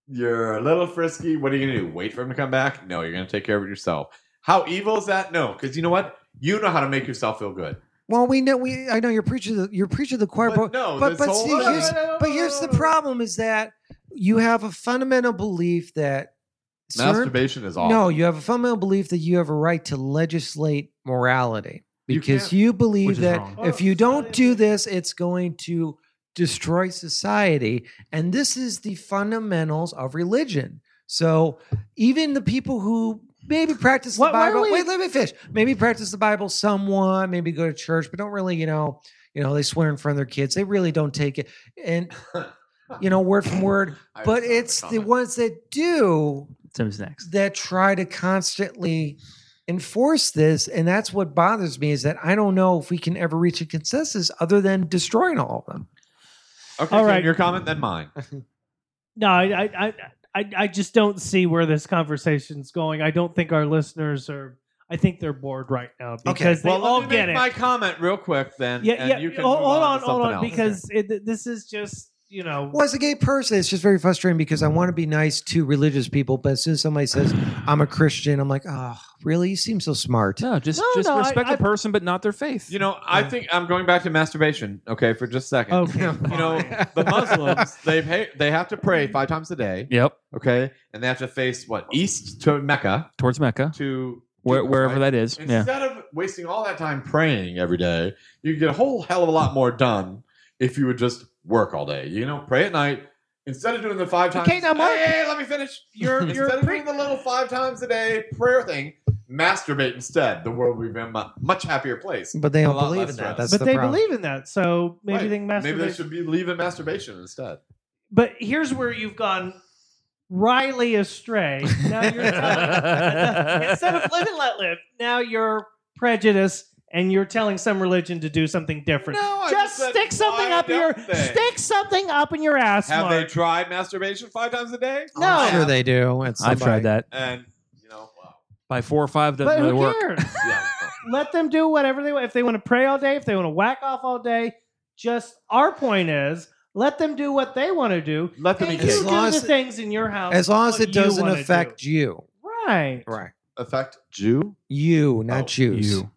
Speaker 3: You're a little frisky. What are you going to do? Wait for him to come back? No, you're going to take care of it yourself. How evil is that? No, because you know what? You know how to make yourself feel good.
Speaker 2: well, we know. We I know you're preaching. The, you're preaching the choir, but
Speaker 3: But no,
Speaker 2: but-
Speaker 3: this
Speaker 2: but
Speaker 3: whole
Speaker 2: see,
Speaker 3: other-
Speaker 2: here's- But here's the problem is that you have a fundamental belief that certain-
Speaker 3: masturbation is awful.
Speaker 2: No, you have a fundamental belief that you have a right to legislate morality.
Speaker 3: You
Speaker 2: because
Speaker 3: can't-
Speaker 2: you,
Speaker 6: which
Speaker 2: believe
Speaker 6: is
Speaker 2: that
Speaker 6: wrong.
Speaker 2: if you don't do this, it's going to destroy society. And this is the fundamentals of religion. So even the people who maybe practice the
Speaker 5: What- why are
Speaker 2: Bible,
Speaker 5: we-
Speaker 2: wait, let me finish. Maybe practice the Bible somewhat, maybe go to church, but don't really, you know, you know, they swear in front of their kids. They really don't take it. And you know, word from word.
Speaker 3: I
Speaker 2: But
Speaker 3: just thought of a
Speaker 2: it's the
Speaker 3: comment.
Speaker 2: ones that do
Speaker 1: Tim's next.
Speaker 2: that try to constantly enforce this and that's what bothers me is that i don't know if we can ever reach a consensus other than destroying all of them
Speaker 3: Okay,
Speaker 4: All
Speaker 3: Ken,
Speaker 4: right.
Speaker 3: your comment, then mine.
Speaker 4: No, I, I, I- I, I just don't see where this conversation's going. I don't think our listeners are. I think they're bored right now because they
Speaker 3: well, let
Speaker 4: all
Speaker 3: me
Speaker 4: get
Speaker 3: make
Speaker 4: it.
Speaker 3: my comment real quick, then.
Speaker 4: yeah,
Speaker 3: and
Speaker 4: yeah.
Speaker 3: You can
Speaker 4: hold,
Speaker 3: move
Speaker 4: hold
Speaker 3: on,
Speaker 4: on,
Speaker 3: to
Speaker 4: hold
Speaker 3: something
Speaker 4: on,
Speaker 3: else.
Speaker 4: because it, this is just you know.
Speaker 2: well as a gay person it's just very frustrating because i want to be nice to religious people but as soon as somebody says i'm a christian i'm like oh really you seem so smart
Speaker 1: No, just
Speaker 4: No,
Speaker 1: just
Speaker 4: no, I-
Speaker 1: respect
Speaker 4: I-
Speaker 1: the person, but not their faith.
Speaker 3: You know, I think I'm going back to masturbation. Okay, for just a second.
Speaker 4: Okay,
Speaker 3: You know,
Speaker 4: fine.
Speaker 3: the Muslims they've ha- they have to pray five times a day.
Speaker 1: yep,
Speaker 3: Okay, and they have to face what east to Mecca
Speaker 1: towards Mecca,
Speaker 3: to
Speaker 1: where, wherever
Speaker 3: right?
Speaker 1: that is. Yeah,
Speaker 3: Instead of wasting all that time praying every day, you could get a whole hell of a lot more done if you would just work all day. You know, pray at night instead of doing the five times.
Speaker 5: Okay, now, Mark-
Speaker 3: hey, hey, let me finish.
Speaker 5: You're-
Speaker 3: instead
Speaker 5: you're
Speaker 3: of
Speaker 5: pre-
Speaker 3: doing the little five times a day prayer thing, masturbate instead. The world would be a mu- much happier place.
Speaker 2: but they
Speaker 3: A
Speaker 2: don't
Speaker 3: lot
Speaker 2: believe
Speaker 3: less
Speaker 2: in
Speaker 3: stress.
Speaker 2: that that's
Speaker 4: but
Speaker 2: the
Speaker 4: they
Speaker 2: problem.
Speaker 4: believe in that, so maybe
Speaker 3: Right.
Speaker 4: they think masturbation.
Speaker 3: Maybe they should be leaving masturbation instead.
Speaker 4: but here's where you've gone Riley astray. Now you're telling, instead of live and let live, now you're prejudiced and you're telling some religion to do something different.
Speaker 3: I
Speaker 4: just
Speaker 3: said
Speaker 4: stick something
Speaker 3: why
Speaker 4: up your
Speaker 3: don't they?
Speaker 4: stick something up in your ass,
Speaker 3: Have they
Speaker 4: Mark.
Speaker 3: tried masturbation five times a day?
Speaker 2: Oh, I'm
Speaker 4: No.
Speaker 2: sure they do at
Speaker 1: I've
Speaker 2: somebody.
Speaker 1: tried that
Speaker 3: And you know, wow.
Speaker 1: by four or five. Doesn't
Speaker 4: but
Speaker 1: really
Speaker 4: who
Speaker 1: work.
Speaker 4: cares?
Speaker 3: Yeah.
Speaker 4: Let them do whatever they want. If they want to pray all day, if they want to whack off all day, just our point is let them do what they want to do.
Speaker 3: Let them
Speaker 4: And
Speaker 3: eat
Speaker 4: you
Speaker 2: As
Speaker 3: cake.
Speaker 4: do
Speaker 2: long
Speaker 4: the
Speaker 2: as-
Speaker 4: things in your house
Speaker 2: as long as
Speaker 4: what
Speaker 2: it
Speaker 4: you
Speaker 2: doesn't
Speaker 4: wanna do.
Speaker 2: affect you
Speaker 4: right.
Speaker 2: right
Speaker 3: Affect Jew?
Speaker 2: you not
Speaker 3: Oh,
Speaker 2: jews
Speaker 1: you.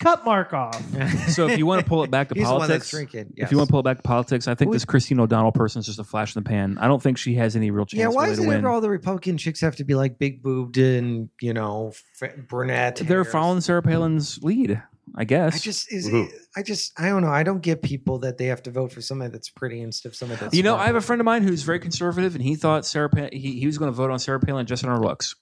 Speaker 4: Cut Mark off.
Speaker 1: So if you want to pull it back to
Speaker 2: He's the one that's
Speaker 1: politics,
Speaker 2: drinking. Yes.
Speaker 1: if you want to pull it back to politics, I think
Speaker 2: We-
Speaker 1: this Christine O'Donnell person is just a flash in the pan. I don't think she has any real chance.
Speaker 2: Yeah, why
Speaker 1: really
Speaker 2: is
Speaker 1: to
Speaker 2: it
Speaker 1: win.
Speaker 2: ever all the Republican chicks have to be like big boobed and you know f- brunette?
Speaker 1: They're
Speaker 2: hairs?
Speaker 1: following Sarah Palin's lead, I guess.
Speaker 2: I just, is,
Speaker 3: Who?
Speaker 2: I just, I don't know. I don't get people that they have to vote for somebody that's pretty instead of somebody that's.
Speaker 1: you know,
Speaker 2: smart.
Speaker 1: I have a friend of mine who's very conservative, and he thought Sarah Palin, he, he was going to vote on Sarah Palin just on her looks.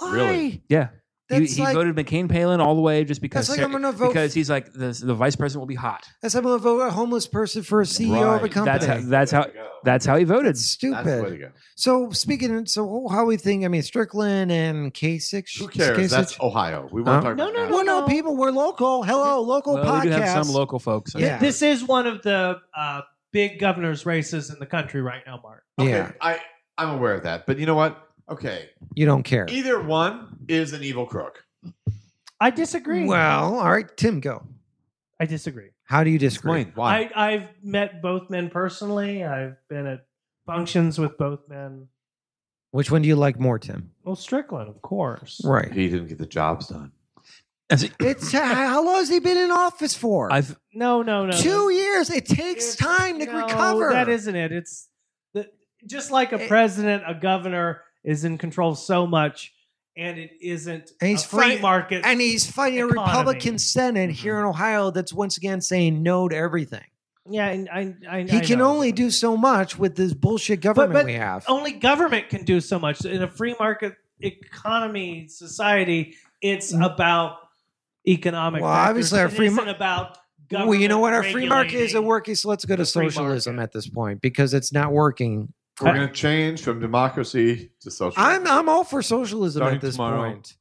Speaker 2: Why?
Speaker 3: Really?
Speaker 1: Yeah, he,
Speaker 2: That's
Speaker 1: he
Speaker 2: like,
Speaker 1: voted McCain Palin all the way just because
Speaker 2: that's like
Speaker 1: Sarah-
Speaker 2: I'm gonna vote.
Speaker 1: because he's like the, the vice president will be hot.
Speaker 2: that's like I'm gonna vote a homeless person for a CEO E of a
Speaker 3: Right.
Speaker 2: company.
Speaker 1: That's how, that's how that's how he voted.
Speaker 2: That's
Speaker 3: That's the way to
Speaker 2: stupid.
Speaker 3: go.
Speaker 2: So speaking, of, so how we think? I mean, Strickland and Kasich.
Speaker 3: Who cares?
Speaker 2: Kasich-
Speaker 3: That's Ohio. We won't
Speaker 2: Huh?
Speaker 3: talk
Speaker 4: No,
Speaker 3: about
Speaker 4: no,
Speaker 3: that.
Speaker 2: well, no,
Speaker 4: no.
Speaker 2: people, we're local. Hello, local
Speaker 1: Well,
Speaker 2: podcast.
Speaker 1: we do have some local folks.
Speaker 2: Yeah.
Speaker 4: This is one of the uh, big governor's races in the country right now, Mark.
Speaker 3: Okay,
Speaker 2: Yeah,
Speaker 3: I I'm aware of that, but you know what? Okay,
Speaker 2: you don't care.
Speaker 3: either one is an evil crook.
Speaker 4: I disagree.
Speaker 2: Well, all right, Tim, go.
Speaker 4: I disagree.
Speaker 2: How do you disagree?
Speaker 3: why?
Speaker 4: I, I've met both men personally. I've been at functions with both men.
Speaker 2: Which one do you like more, Tim?
Speaker 4: Well, Strickland, of course.
Speaker 2: Right.
Speaker 3: He didn't get the jobs done.
Speaker 1: As it-
Speaker 2: It's uh, how long has he been in office for?
Speaker 1: I've
Speaker 4: No, no, no.
Speaker 2: Two years. It takes
Speaker 4: It's-
Speaker 2: time to
Speaker 4: no,
Speaker 2: recover. Eh.
Speaker 4: That isn't it. It's the, just like a
Speaker 2: It-
Speaker 4: president, a governor is in control so much, and it isn't
Speaker 2: And he's
Speaker 4: a free
Speaker 2: fight-
Speaker 4: market.
Speaker 2: and he's fighting a
Speaker 4: Economy. Mm-hmm.
Speaker 2: Republican Senate here in Ohio that's once again saying no to everything.
Speaker 4: yeah, and I, I,
Speaker 2: He
Speaker 4: I
Speaker 2: can
Speaker 4: know.
Speaker 2: only do so much with this bullshit government
Speaker 4: but
Speaker 2: we have.
Speaker 4: only government can do so much in a free market economy society it's about economic
Speaker 2: Mm. Well,
Speaker 4: factors.
Speaker 2: obviously our
Speaker 4: It
Speaker 2: free mar-
Speaker 4: isn't about
Speaker 2: well, you know what? Our free
Speaker 4: government
Speaker 2: market isn't
Speaker 4: regulating.
Speaker 2: working, so let's go to
Speaker 4: the free
Speaker 2: socialism
Speaker 4: market.
Speaker 2: at this point because it's not working.
Speaker 3: We're going to change from democracy to socialism.
Speaker 2: I'm I'm all for socialism
Speaker 3: Starting
Speaker 2: at this
Speaker 3: tomorrow.
Speaker 2: point.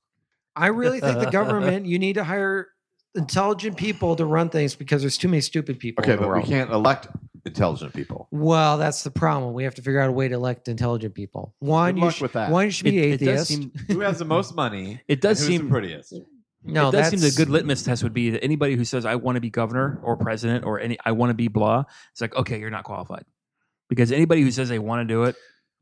Speaker 2: I really think the government you need to hire intelligent people to run things because there's too many stupid people.
Speaker 3: okay,
Speaker 2: in the
Speaker 3: but
Speaker 2: world.
Speaker 3: we can't elect intelligent people.
Speaker 2: Well, that's the problem. We have to figure out a way to elect intelligent people. One,
Speaker 3: Good
Speaker 2: you
Speaker 3: luck
Speaker 2: should,
Speaker 3: with that.
Speaker 2: one you should
Speaker 1: it,
Speaker 2: be
Speaker 1: it does
Speaker 2: atheist.
Speaker 1: seem
Speaker 3: Who has the most money?
Speaker 1: it does
Speaker 3: and who's the
Speaker 1: seem
Speaker 3: prettiest.
Speaker 2: no,
Speaker 1: it does seem the
Speaker 2: that's-
Speaker 1: good litmus test would be that anybody who says I want to be governor or president or any I want to be blah, it's like okay, you're not qualified because anybody who says they want to do it,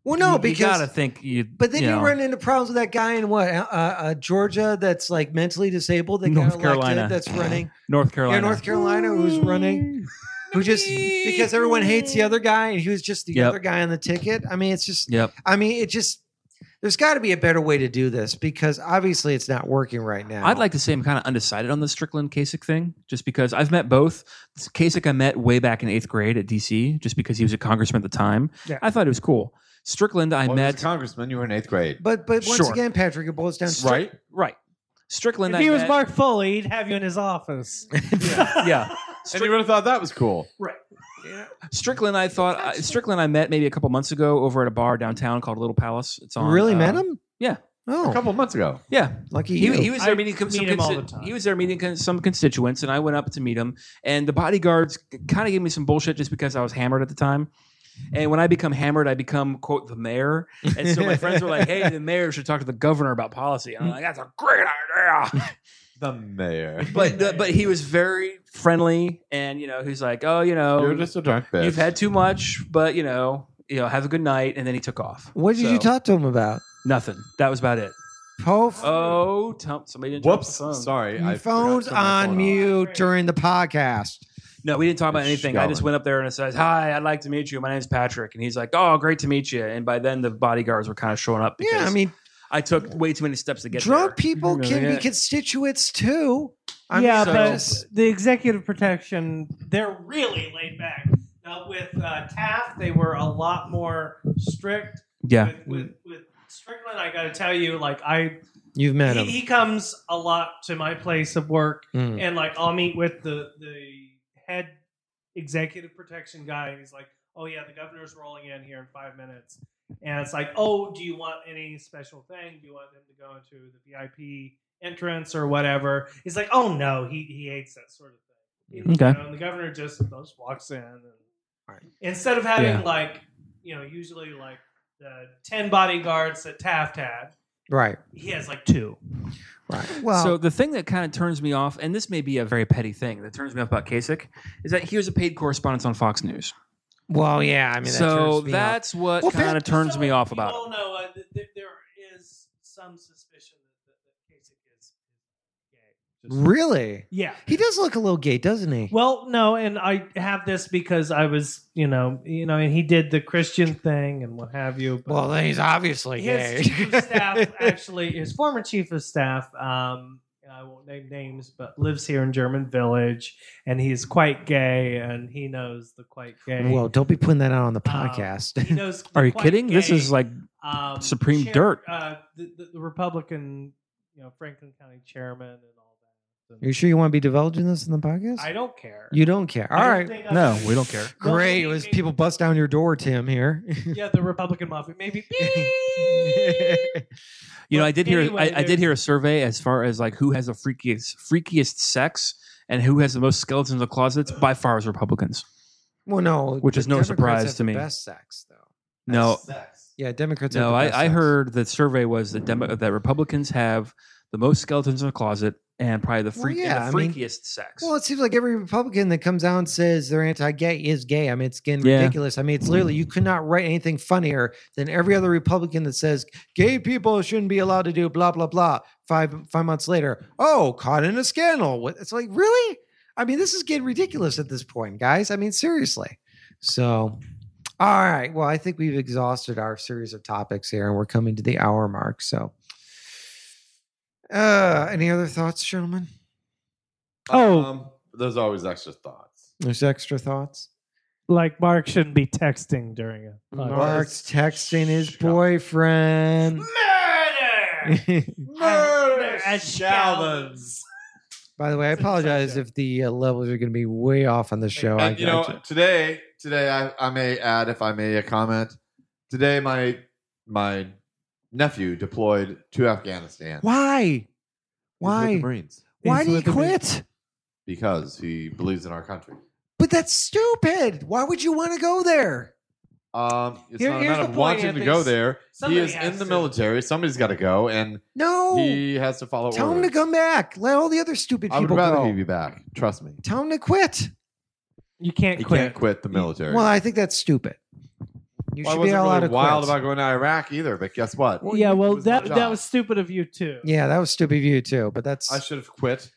Speaker 2: Well, no,
Speaker 1: you- you
Speaker 2: because
Speaker 1: gotta think you.
Speaker 2: but then you,
Speaker 1: know,
Speaker 2: run into problems with that guy in what uh, uh, Georgia that's like mentally disabled that
Speaker 1: North
Speaker 2: got elected
Speaker 1: Carolina.
Speaker 2: that's running
Speaker 1: North
Speaker 2: yeah,
Speaker 1: Carolina.
Speaker 2: North Carolina who's running who just because everyone hates the other guy and he was just the
Speaker 1: Yep.
Speaker 2: other guy on the ticket. I mean, it's just
Speaker 1: Yep.
Speaker 2: I mean, it just there's got to be a better way to do this because obviously it's not working right now.
Speaker 1: I'd like to say I'm kind of undecided on the Strickland Kasich thing, just because I've met both. This Kasich I met way back in eighth grade at DC, just because he was a congressman at the time.
Speaker 4: Yeah.
Speaker 1: I thought it was cool. Strickland, I
Speaker 3: Well, he was
Speaker 1: met
Speaker 3: a congressman. You were in eighth grade,
Speaker 2: but but once
Speaker 1: Sure.
Speaker 2: again, Patrick, it boils down to
Speaker 3: right?
Speaker 1: right. Strickland,
Speaker 4: If
Speaker 1: I
Speaker 4: he was
Speaker 1: met-
Speaker 4: Mark Foley, he'd have you in his office.
Speaker 1: yeah.
Speaker 3: And you would have thought that was cool.
Speaker 1: Strickland, I thought I, Strickland, I met maybe a couple months ago over at a bar downtown called Little Palace. It's on.
Speaker 2: really
Speaker 1: uh,
Speaker 2: met him.
Speaker 1: yeah.
Speaker 3: A
Speaker 2: Oh,
Speaker 3: couple months ago.
Speaker 1: Yeah,
Speaker 2: lucky
Speaker 1: he,
Speaker 2: you.
Speaker 1: he was there
Speaker 4: I
Speaker 1: meeting some
Speaker 4: meet him all the
Speaker 1: consti-
Speaker 4: time.
Speaker 1: he was there meeting con- some constituents, and I went up to meet him. And the bodyguards kind of gave me some bullshit just because I was hammered at the time. And when I become hammered, I become quote the mayor. And so my friends were like, "Hey, the mayor should talk to the governor about policy." And I'm like, "That's a great idea."
Speaker 3: The mayor.
Speaker 1: But the- but he was very friendly, and you know, he's like, "Oh, you know,
Speaker 3: You're just a drunk bitch.
Speaker 1: you've had too much, but you know." You know, have a good night, and then he took off.
Speaker 2: what did you
Speaker 1: So,
Speaker 2: talk to him about?
Speaker 1: Nothing. That was about it.
Speaker 2: Pof,
Speaker 1: Oh, Tom, somebody didn't. drop
Speaker 3: Whoops.
Speaker 1: the phone.
Speaker 3: Sorry.
Speaker 2: your
Speaker 3: I forgot
Speaker 2: phone's
Speaker 3: to turn my
Speaker 2: on
Speaker 3: phone off.
Speaker 2: mute during the podcast.
Speaker 1: No, we didn't talk about
Speaker 3: It's
Speaker 1: anything. I just
Speaker 3: going.
Speaker 1: went up there and I said, "Hi, I'd like to meet you. My name's Patrick." And he's like, "Oh, great to meet you." And by then, the bodyguards were kind of showing up. Because
Speaker 2: Yeah, I mean,
Speaker 1: I took way too many steps to get
Speaker 2: drunk
Speaker 1: there.
Speaker 2: people
Speaker 1: Yeah,
Speaker 2: can
Speaker 1: yeah.
Speaker 2: be constituents too. I'm
Speaker 4: yeah,
Speaker 2: so-
Speaker 4: but the executive protection, they're really laid back. Now, with uh, Taft, they were a lot more strict.
Speaker 1: Yeah,
Speaker 4: With, with, with Strickland, I got to tell you, like, I
Speaker 2: you've met
Speaker 4: he,
Speaker 2: him.
Speaker 4: he comes a lot to my place of work,
Speaker 2: Mm.
Speaker 4: and like, I'll meet with the, the head executive protection guy, and he's like, oh, yeah, the governor's rolling in here in five minutes. And it's like, oh, do you want any special thing? Do you want him to go into the VIP entrance or whatever? He's like, oh no, he he hates that sort of thing. You
Speaker 1: Okay.
Speaker 4: know, and the governor just just walks in, and instead of having
Speaker 1: Yeah.
Speaker 4: like you know usually like the ten bodyguards that Taft had,
Speaker 2: Right,
Speaker 4: he has like two.
Speaker 2: right. Well,
Speaker 1: so the thing that kind of turns me off, and this may be a very petty thing that turns me off about Kasich, is that he was a paid correspondent on Fox News.
Speaker 2: well, yeah. I mean, that
Speaker 1: so
Speaker 2: turns me off.
Speaker 1: that's what
Speaker 2: Well,
Speaker 1: kind
Speaker 2: Pat-
Speaker 1: of turns
Speaker 4: So
Speaker 1: me off
Speaker 4: you
Speaker 1: about
Speaker 4: all
Speaker 1: it.
Speaker 4: know uh, th- th- there is some suspicion that, that Kasich is gay.
Speaker 2: really
Speaker 4: yeah.
Speaker 2: he does look a little gay, doesn't he?
Speaker 4: Well, no, and I have this because I was, you know, you know, and he did the Christian thing and what have you. But
Speaker 2: Well, then he's obviously
Speaker 4: his chief of staff, actually, his former chief of staff, um, and I won't name names, but lives here in German Village, and he's quite gay, and he knows the quite gay.
Speaker 2: Well, don't be putting that out on the
Speaker 4: Um,
Speaker 2: podcast.
Speaker 4: he knows. the
Speaker 1: Are you
Speaker 4: quite
Speaker 1: kidding? This
Speaker 4: gay,
Speaker 1: is like
Speaker 4: um,
Speaker 1: supreme dirt.
Speaker 4: Uh, the, the, the Republican, you know, Franklin County chairman and all that.
Speaker 2: you sure you want to be divulging this in the podcast?
Speaker 4: I don't care.
Speaker 2: you don't care. All right.
Speaker 1: no, we don't care.
Speaker 2: Great. It was people bust down your door, Tim, here.
Speaker 4: Yeah, the Republican mafia. Maybe.
Speaker 1: You know,
Speaker 4: But
Speaker 1: I did hear
Speaker 4: anyway,
Speaker 1: I, I did
Speaker 4: there's-
Speaker 1: hear a survey as far as like who has the freakiest freakiest sex and who has the most skeletons in the closets by far is Republicans.
Speaker 2: well, no.
Speaker 1: Which
Speaker 2: the
Speaker 1: is no surprise
Speaker 2: have
Speaker 1: to
Speaker 2: the
Speaker 1: me.
Speaker 2: Best sex, though.
Speaker 1: No,
Speaker 2: Yeah, Democrats have
Speaker 1: no,
Speaker 2: the best
Speaker 1: I, I
Speaker 2: sex.
Speaker 1: heard the survey was that demo, that Republicans have the most skeletons in the closet and probably the
Speaker 2: Well,
Speaker 1: freak and
Speaker 2: yeah, I
Speaker 1: the
Speaker 2: mean-
Speaker 1: freakiest sex.
Speaker 2: Well, it seems like every Republican that comes out and says they're anti-gay is gay. I mean, it's getting
Speaker 1: Yeah.
Speaker 2: ridiculous. I mean, it's literally you could not write anything funnier than every other Republican that says gay people shouldn't be allowed to do blah blah blah. Five five months later, oh, caught in a scandal. What- It's like really? I mean, this is getting ridiculous at this point, guys. I mean, seriously. So, all right. Well, I think we've exhausted our series of topics here, and we're coming to the hour mark. So, uh, any other thoughts, gentlemen?
Speaker 4: Oh.
Speaker 3: Um, there's always extra thoughts.
Speaker 2: There's extra thoughts.
Speaker 4: Like Mark shouldn't be texting during a
Speaker 2: Mark's
Speaker 3: Mark's
Speaker 2: texting his
Speaker 3: shot.
Speaker 2: boyfriend.
Speaker 4: murder.
Speaker 3: Murder
Speaker 4: at Sheldon's.
Speaker 2: By the way, I
Speaker 4: It's a
Speaker 2: apologize
Speaker 4: subject.
Speaker 2: if the uh, levels are going to be way off on the show. I,
Speaker 3: And, you know,
Speaker 2: I-
Speaker 3: today, today I, I may add, if I may, a comment. Today, my my nephew deployed to Afghanistan. He's
Speaker 2: why?
Speaker 3: with
Speaker 2: Why?
Speaker 3: the Marines?
Speaker 2: Why
Speaker 4: He's
Speaker 2: did he
Speaker 4: with the
Speaker 2: quit?
Speaker 3: Because he believes in our country.
Speaker 2: But that's stupid. Why would you want to go there?
Speaker 3: Um, it's
Speaker 4: Here-
Speaker 3: not a
Speaker 4: here's
Speaker 3: matter
Speaker 4: the
Speaker 3: of
Speaker 4: point,
Speaker 3: wanting to
Speaker 4: Anthony.
Speaker 3: go there.
Speaker 4: Somebody
Speaker 3: he is
Speaker 4: has
Speaker 3: in the
Speaker 4: to.
Speaker 3: military. Somebody's got to go, and
Speaker 2: No.
Speaker 3: he has to follow
Speaker 2: Tell him
Speaker 3: orders.
Speaker 2: to come back. Let all the other stupid
Speaker 3: I would
Speaker 2: people
Speaker 3: rather
Speaker 2: go.
Speaker 3: he be back. Trust me.
Speaker 2: Tell him to quit.
Speaker 4: You can't
Speaker 3: He
Speaker 4: quit.
Speaker 3: can't quit the military.
Speaker 2: Well, I think that's stupid. You
Speaker 3: Well, I
Speaker 2: should be
Speaker 3: wasn't
Speaker 2: allowed
Speaker 3: really
Speaker 2: to
Speaker 3: wild
Speaker 2: quit.
Speaker 3: about going to Iraq either, but guess what?
Speaker 2: Well,
Speaker 4: yeah,
Speaker 2: you-
Speaker 4: well,
Speaker 3: was my
Speaker 4: that
Speaker 3: job.
Speaker 4: that was stupid of you too.
Speaker 2: yeah, that was stupid of you too. But that's
Speaker 3: I should have quit.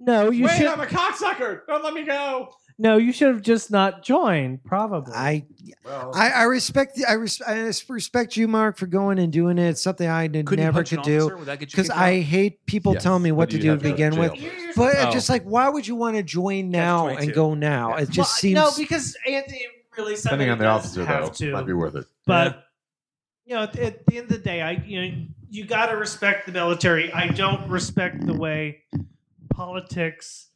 Speaker 4: No, you
Speaker 3: Wait,
Speaker 4: should.
Speaker 3: I'm a cocksucker. Don't let me go.
Speaker 4: No, you should have just not joined. Probably.
Speaker 2: I
Speaker 3: Well,
Speaker 2: I, I respect the, I, res, I res- respect you, Mark, for going and doing it. It's something I did,
Speaker 1: Couldn't you
Speaker 2: never
Speaker 1: punch an
Speaker 2: could do
Speaker 1: officer? Would that get you
Speaker 2: because
Speaker 1: kicked
Speaker 2: I
Speaker 1: out?
Speaker 2: hate people
Speaker 3: Yes,
Speaker 2: telling me
Speaker 3: but
Speaker 2: what to
Speaker 3: you'd
Speaker 2: do to
Speaker 3: have to go to
Speaker 2: begin with.
Speaker 3: jail.
Speaker 2: But
Speaker 1: Oh.
Speaker 2: it's just like, why would you want to join now and
Speaker 1: 22.
Speaker 2: go now? It just
Speaker 4: Well,
Speaker 2: seems
Speaker 4: no, because Anthony really said
Speaker 3: Depending
Speaker 4: that
Speaker 3: on
Speaker 4: he
Speaker 3: the
Speaker 4: does
Speaker 3: officer,
Speaker 4: have
Speaker 3: though,
Speaker 4: to,
Speaker 3: might be worth it.
Speaker 4: but you know, at, at the end of the day, I you know you got to respect the military. I don't respect the way politics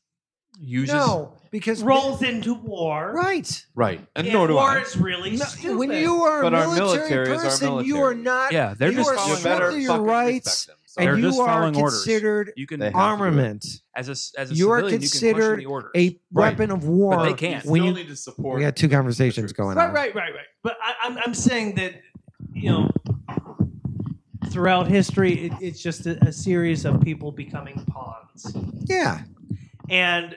Speaker 1: uses
Speaker 2: no, because
Speaker 4: rolls into war.
Speaker 2: right.
Speaker 3: Right. And
Speaker 4: And
Speaker 3: nor do
Speaker 4: war
Speaker 3: I.
Speaker 4: is really
Speaker 2: No,
Speaker 4: stupid.
Speaker 2: when you are a
Speaker 3: But our
Speaker 2: military
Speaker 3: military is our
Speaker 2: person, you are
Speaker 3: military.
Speaker 2: not.
Speaker 1: yeah, they're
Speaker 2: You
Speaker 1: just
Speaker 2: are
Speaker 1: following
Speaker 2: stripped of
Speaker 1: orders.
Speaker 2: your rights
Speaker 1: They're
Speaker 2: and
Speaker 1: just
Speaker 2: you are
Speaker 1: following orders.
Speaker 2: considered
Speaker 1: You
Speaker 3: They
Speaker 1: can
Speaker 3: have to do it.
Speaker 2: armament,
Speaker 1: as a as a
Speaker 2: you are
Speaker 1: civilian, you can
Speaker 2: considered
Speaker 1: question the orders.
Speaker 2: a
Speaker 3: Right.
Speaker 2: weapon of war.
Speaker 1: But they can't.
Speaker 2: When you
Speaker 3: need to support.
Speaker 2: we got two conversations going
Speaker 4: Right,
Speaker 2: on.
Speaker 4: right, right, right. But I, I'm, I'm saying that, you know, throughout history, it, it's just a, a series of people becoming pawns.
Speaker 2: Yeah,
Speaker 4: And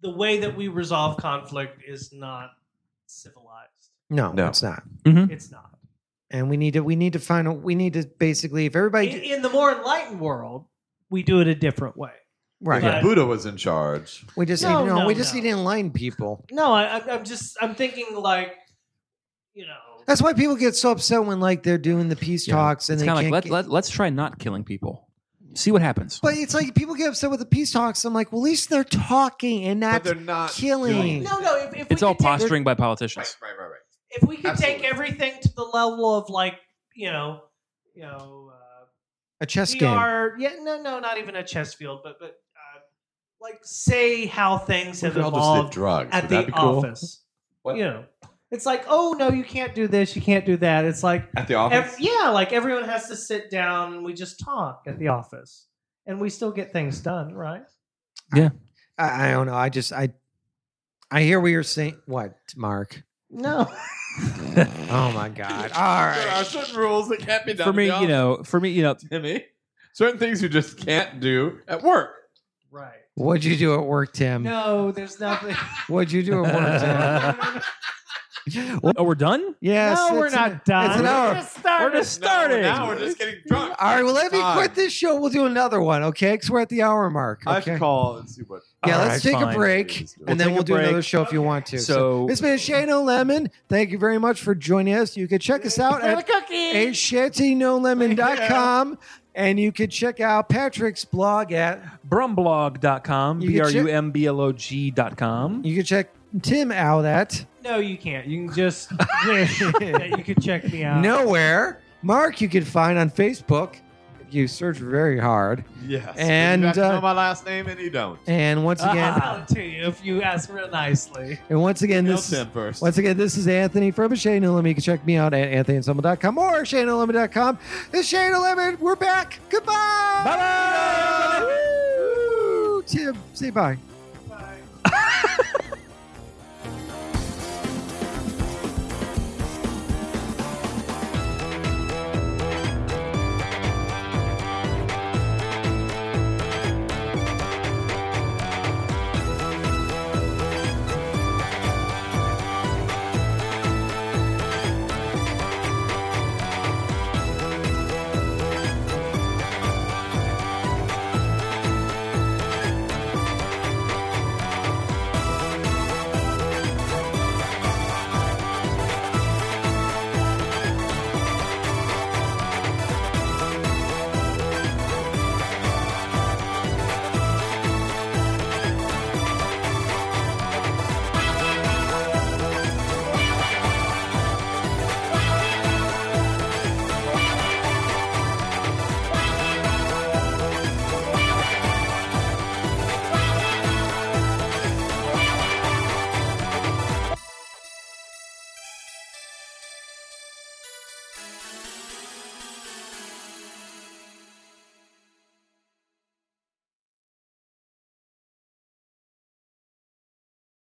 Speaker 4: the way that we resolve conflict is not civilized.
Speaker 2: no,
Speaker 3: No.
Speaker 2: it's not.
Speaker 4: It's not.
Speaker 2: And we need to we need to find out. We need to basically if everybody
Speaker 4: In, in the more enlightened world, we do it a different way.
Speaker 2: right,
Speaker 4: Yeah.
Speaker 3: If Buddha was in charge.
Speaker 2: we just
Speaker 4: No,
Speaker 2: need no,
Speaker 4: no,
Speaker 2: we just
Speaker 4: no.
Speaker 2: need to enlighten people.
Speaker 4: No, I, I'm- I'm just, I'm thinking like, you know,
Speaker 2: That's why people get so upset when like they're doing the peace
Speaker 1: Yeah.
Speaker 2: talks and
Speaker 1: It's
Speaker 2: they
Speaker 1: kind of
Speaker 2: can't.
Speaker 1: like let,
Speaker 2: get-
Speaker 1: let, let's try not killing people. See what happens.
Speaker 2: but it's like people get upset with the peace talks. I'm like, well, at least they're talking and not.
Speaker 3: but they're not
Speaker 2: killing.
Speaker 3: doing
Speaker 4: no,
Speaker 3: that.
Speaker 4: no. If, if
Speaker 1: it's
Speaker 4: we
Speaker 1: all
Speaker 4: could take-
Speaker 1: posturing by politicians.
Speaker 3: Right, right, right, right.
Speaker 4: if we could
Speaker 3: Absolutely.
Speaker 4: take everything to the level of like you know you know uh,
Speaker 2: a chess game.
Speaker 4: PR, yeah no no not even a chess field but but uh, like say how things
Speaker 3: We
Speaker 4: have
Speaker 3: could all just did
Speaker 4: evolved
Speaker 3: drugs.
Speaker 4: at
Speaker 3: Would that
Speaker 4: the
Speaker 3: be cool?
Speaker 4: office
Speaker 3: What?
Speaker 4: you know it's like oh no you can't do this you can't do that it's like
Speaker 3: At the office.
Speaker 4: ev- yeah like everyone has to sit down and we just talk at the office and we still get things done right
Speaker 2: I, I don't know. I just I I hear what you're saying. What, Mark?
Speaker 4: no
Speaker 2: Oh my God! All
Speaker 3: There
Speaker 2: right.
Speaker 3: are certain rules that can't be done.
Speaker 1: For
Speaker 3: at
Speaker 1: me,
Speaker 3: the
Speaker 1: you know, for me, you know,
Speaker 3: office, Timmy. Certain things you just can't do at work.
Speaker 4: right
Speaker 2: What'd you do at work, Tim?
Speaker 4: no there's nothing
Speaker 2: What'd you do at work, Tim?
Speaker 1: oh, we're done.
Speaker 2: yes.
Speaker 4: no we're
Speaker 2: it's an-
Speaker 4: not done
Speaker 2: It's an
Speaker 4: We're
Speaker 2: hour.
Speaker 4: just starting.
Speaker 1: We're just starting.
Speaker 3: Now we're just getting drunk.
Speaker 2: All right. Well, let me
Speaker 3: Fine.
Speaker 2: quit this show. We'll do another one, okay? Because we're at the hour mark.
Speaker 3: I have
Speaker 2: Okay.
Speaker 3: to call and see what.
Speaker 2: yeah.
Speaker 1: All
Speaker 2: let's
Speaker 1: right,
Speaker 2: take a
Speaker 1: fine.
Speaker 2: break, and then
Speaker 1: take
Speaker 2: we'll
Speaker 1: a
Speaker 2: do another
Speaker 1: break.
Speaker 2: show if you want to.
Speaker 1: So
Speaker 2: It's been Shane O'Lemon. Thank you very much for joining us. You can check us out at ashantynolemon.com. And you can check out Patrick's blog at
Speaker 1: brumblog.com,
Speaker 2: You
Speaker 1: b
Speaker 2: can
Speaker 1: r
Speaker 2: check-
Speaker 1: u m b l o g dot com.
Speaker 2: You can check Tim out at
Speaker 4: No, you can't. You can just Yeah, you can check me out.
Speaker 2: nowhere. Mark, you can find on Facebook. if You search very hard.
Speaker 3: Yes.
Speaker 2: And,
Speaker 3: you have to
Speaker 2: uh,
Speaker 3: know my last name, and you don't.
Speaker 2: And once
Speaker 4: I'll
Speaker 2: again,
Speaker 4: tell it to you if you ask real nicely.
Speaker 2: and once again,
Speaker 3: Tell
Speaker 2: this is,
Speaker 3: Tim first.
Speaker 2: once again this is Anthony from Shane O'Lemon. You can check me out at anthonyandsummer.com or shaneo'lemon.com. It's Shane O'Lemon. We're back. Goodbye. Bye bye. Tim, say bye.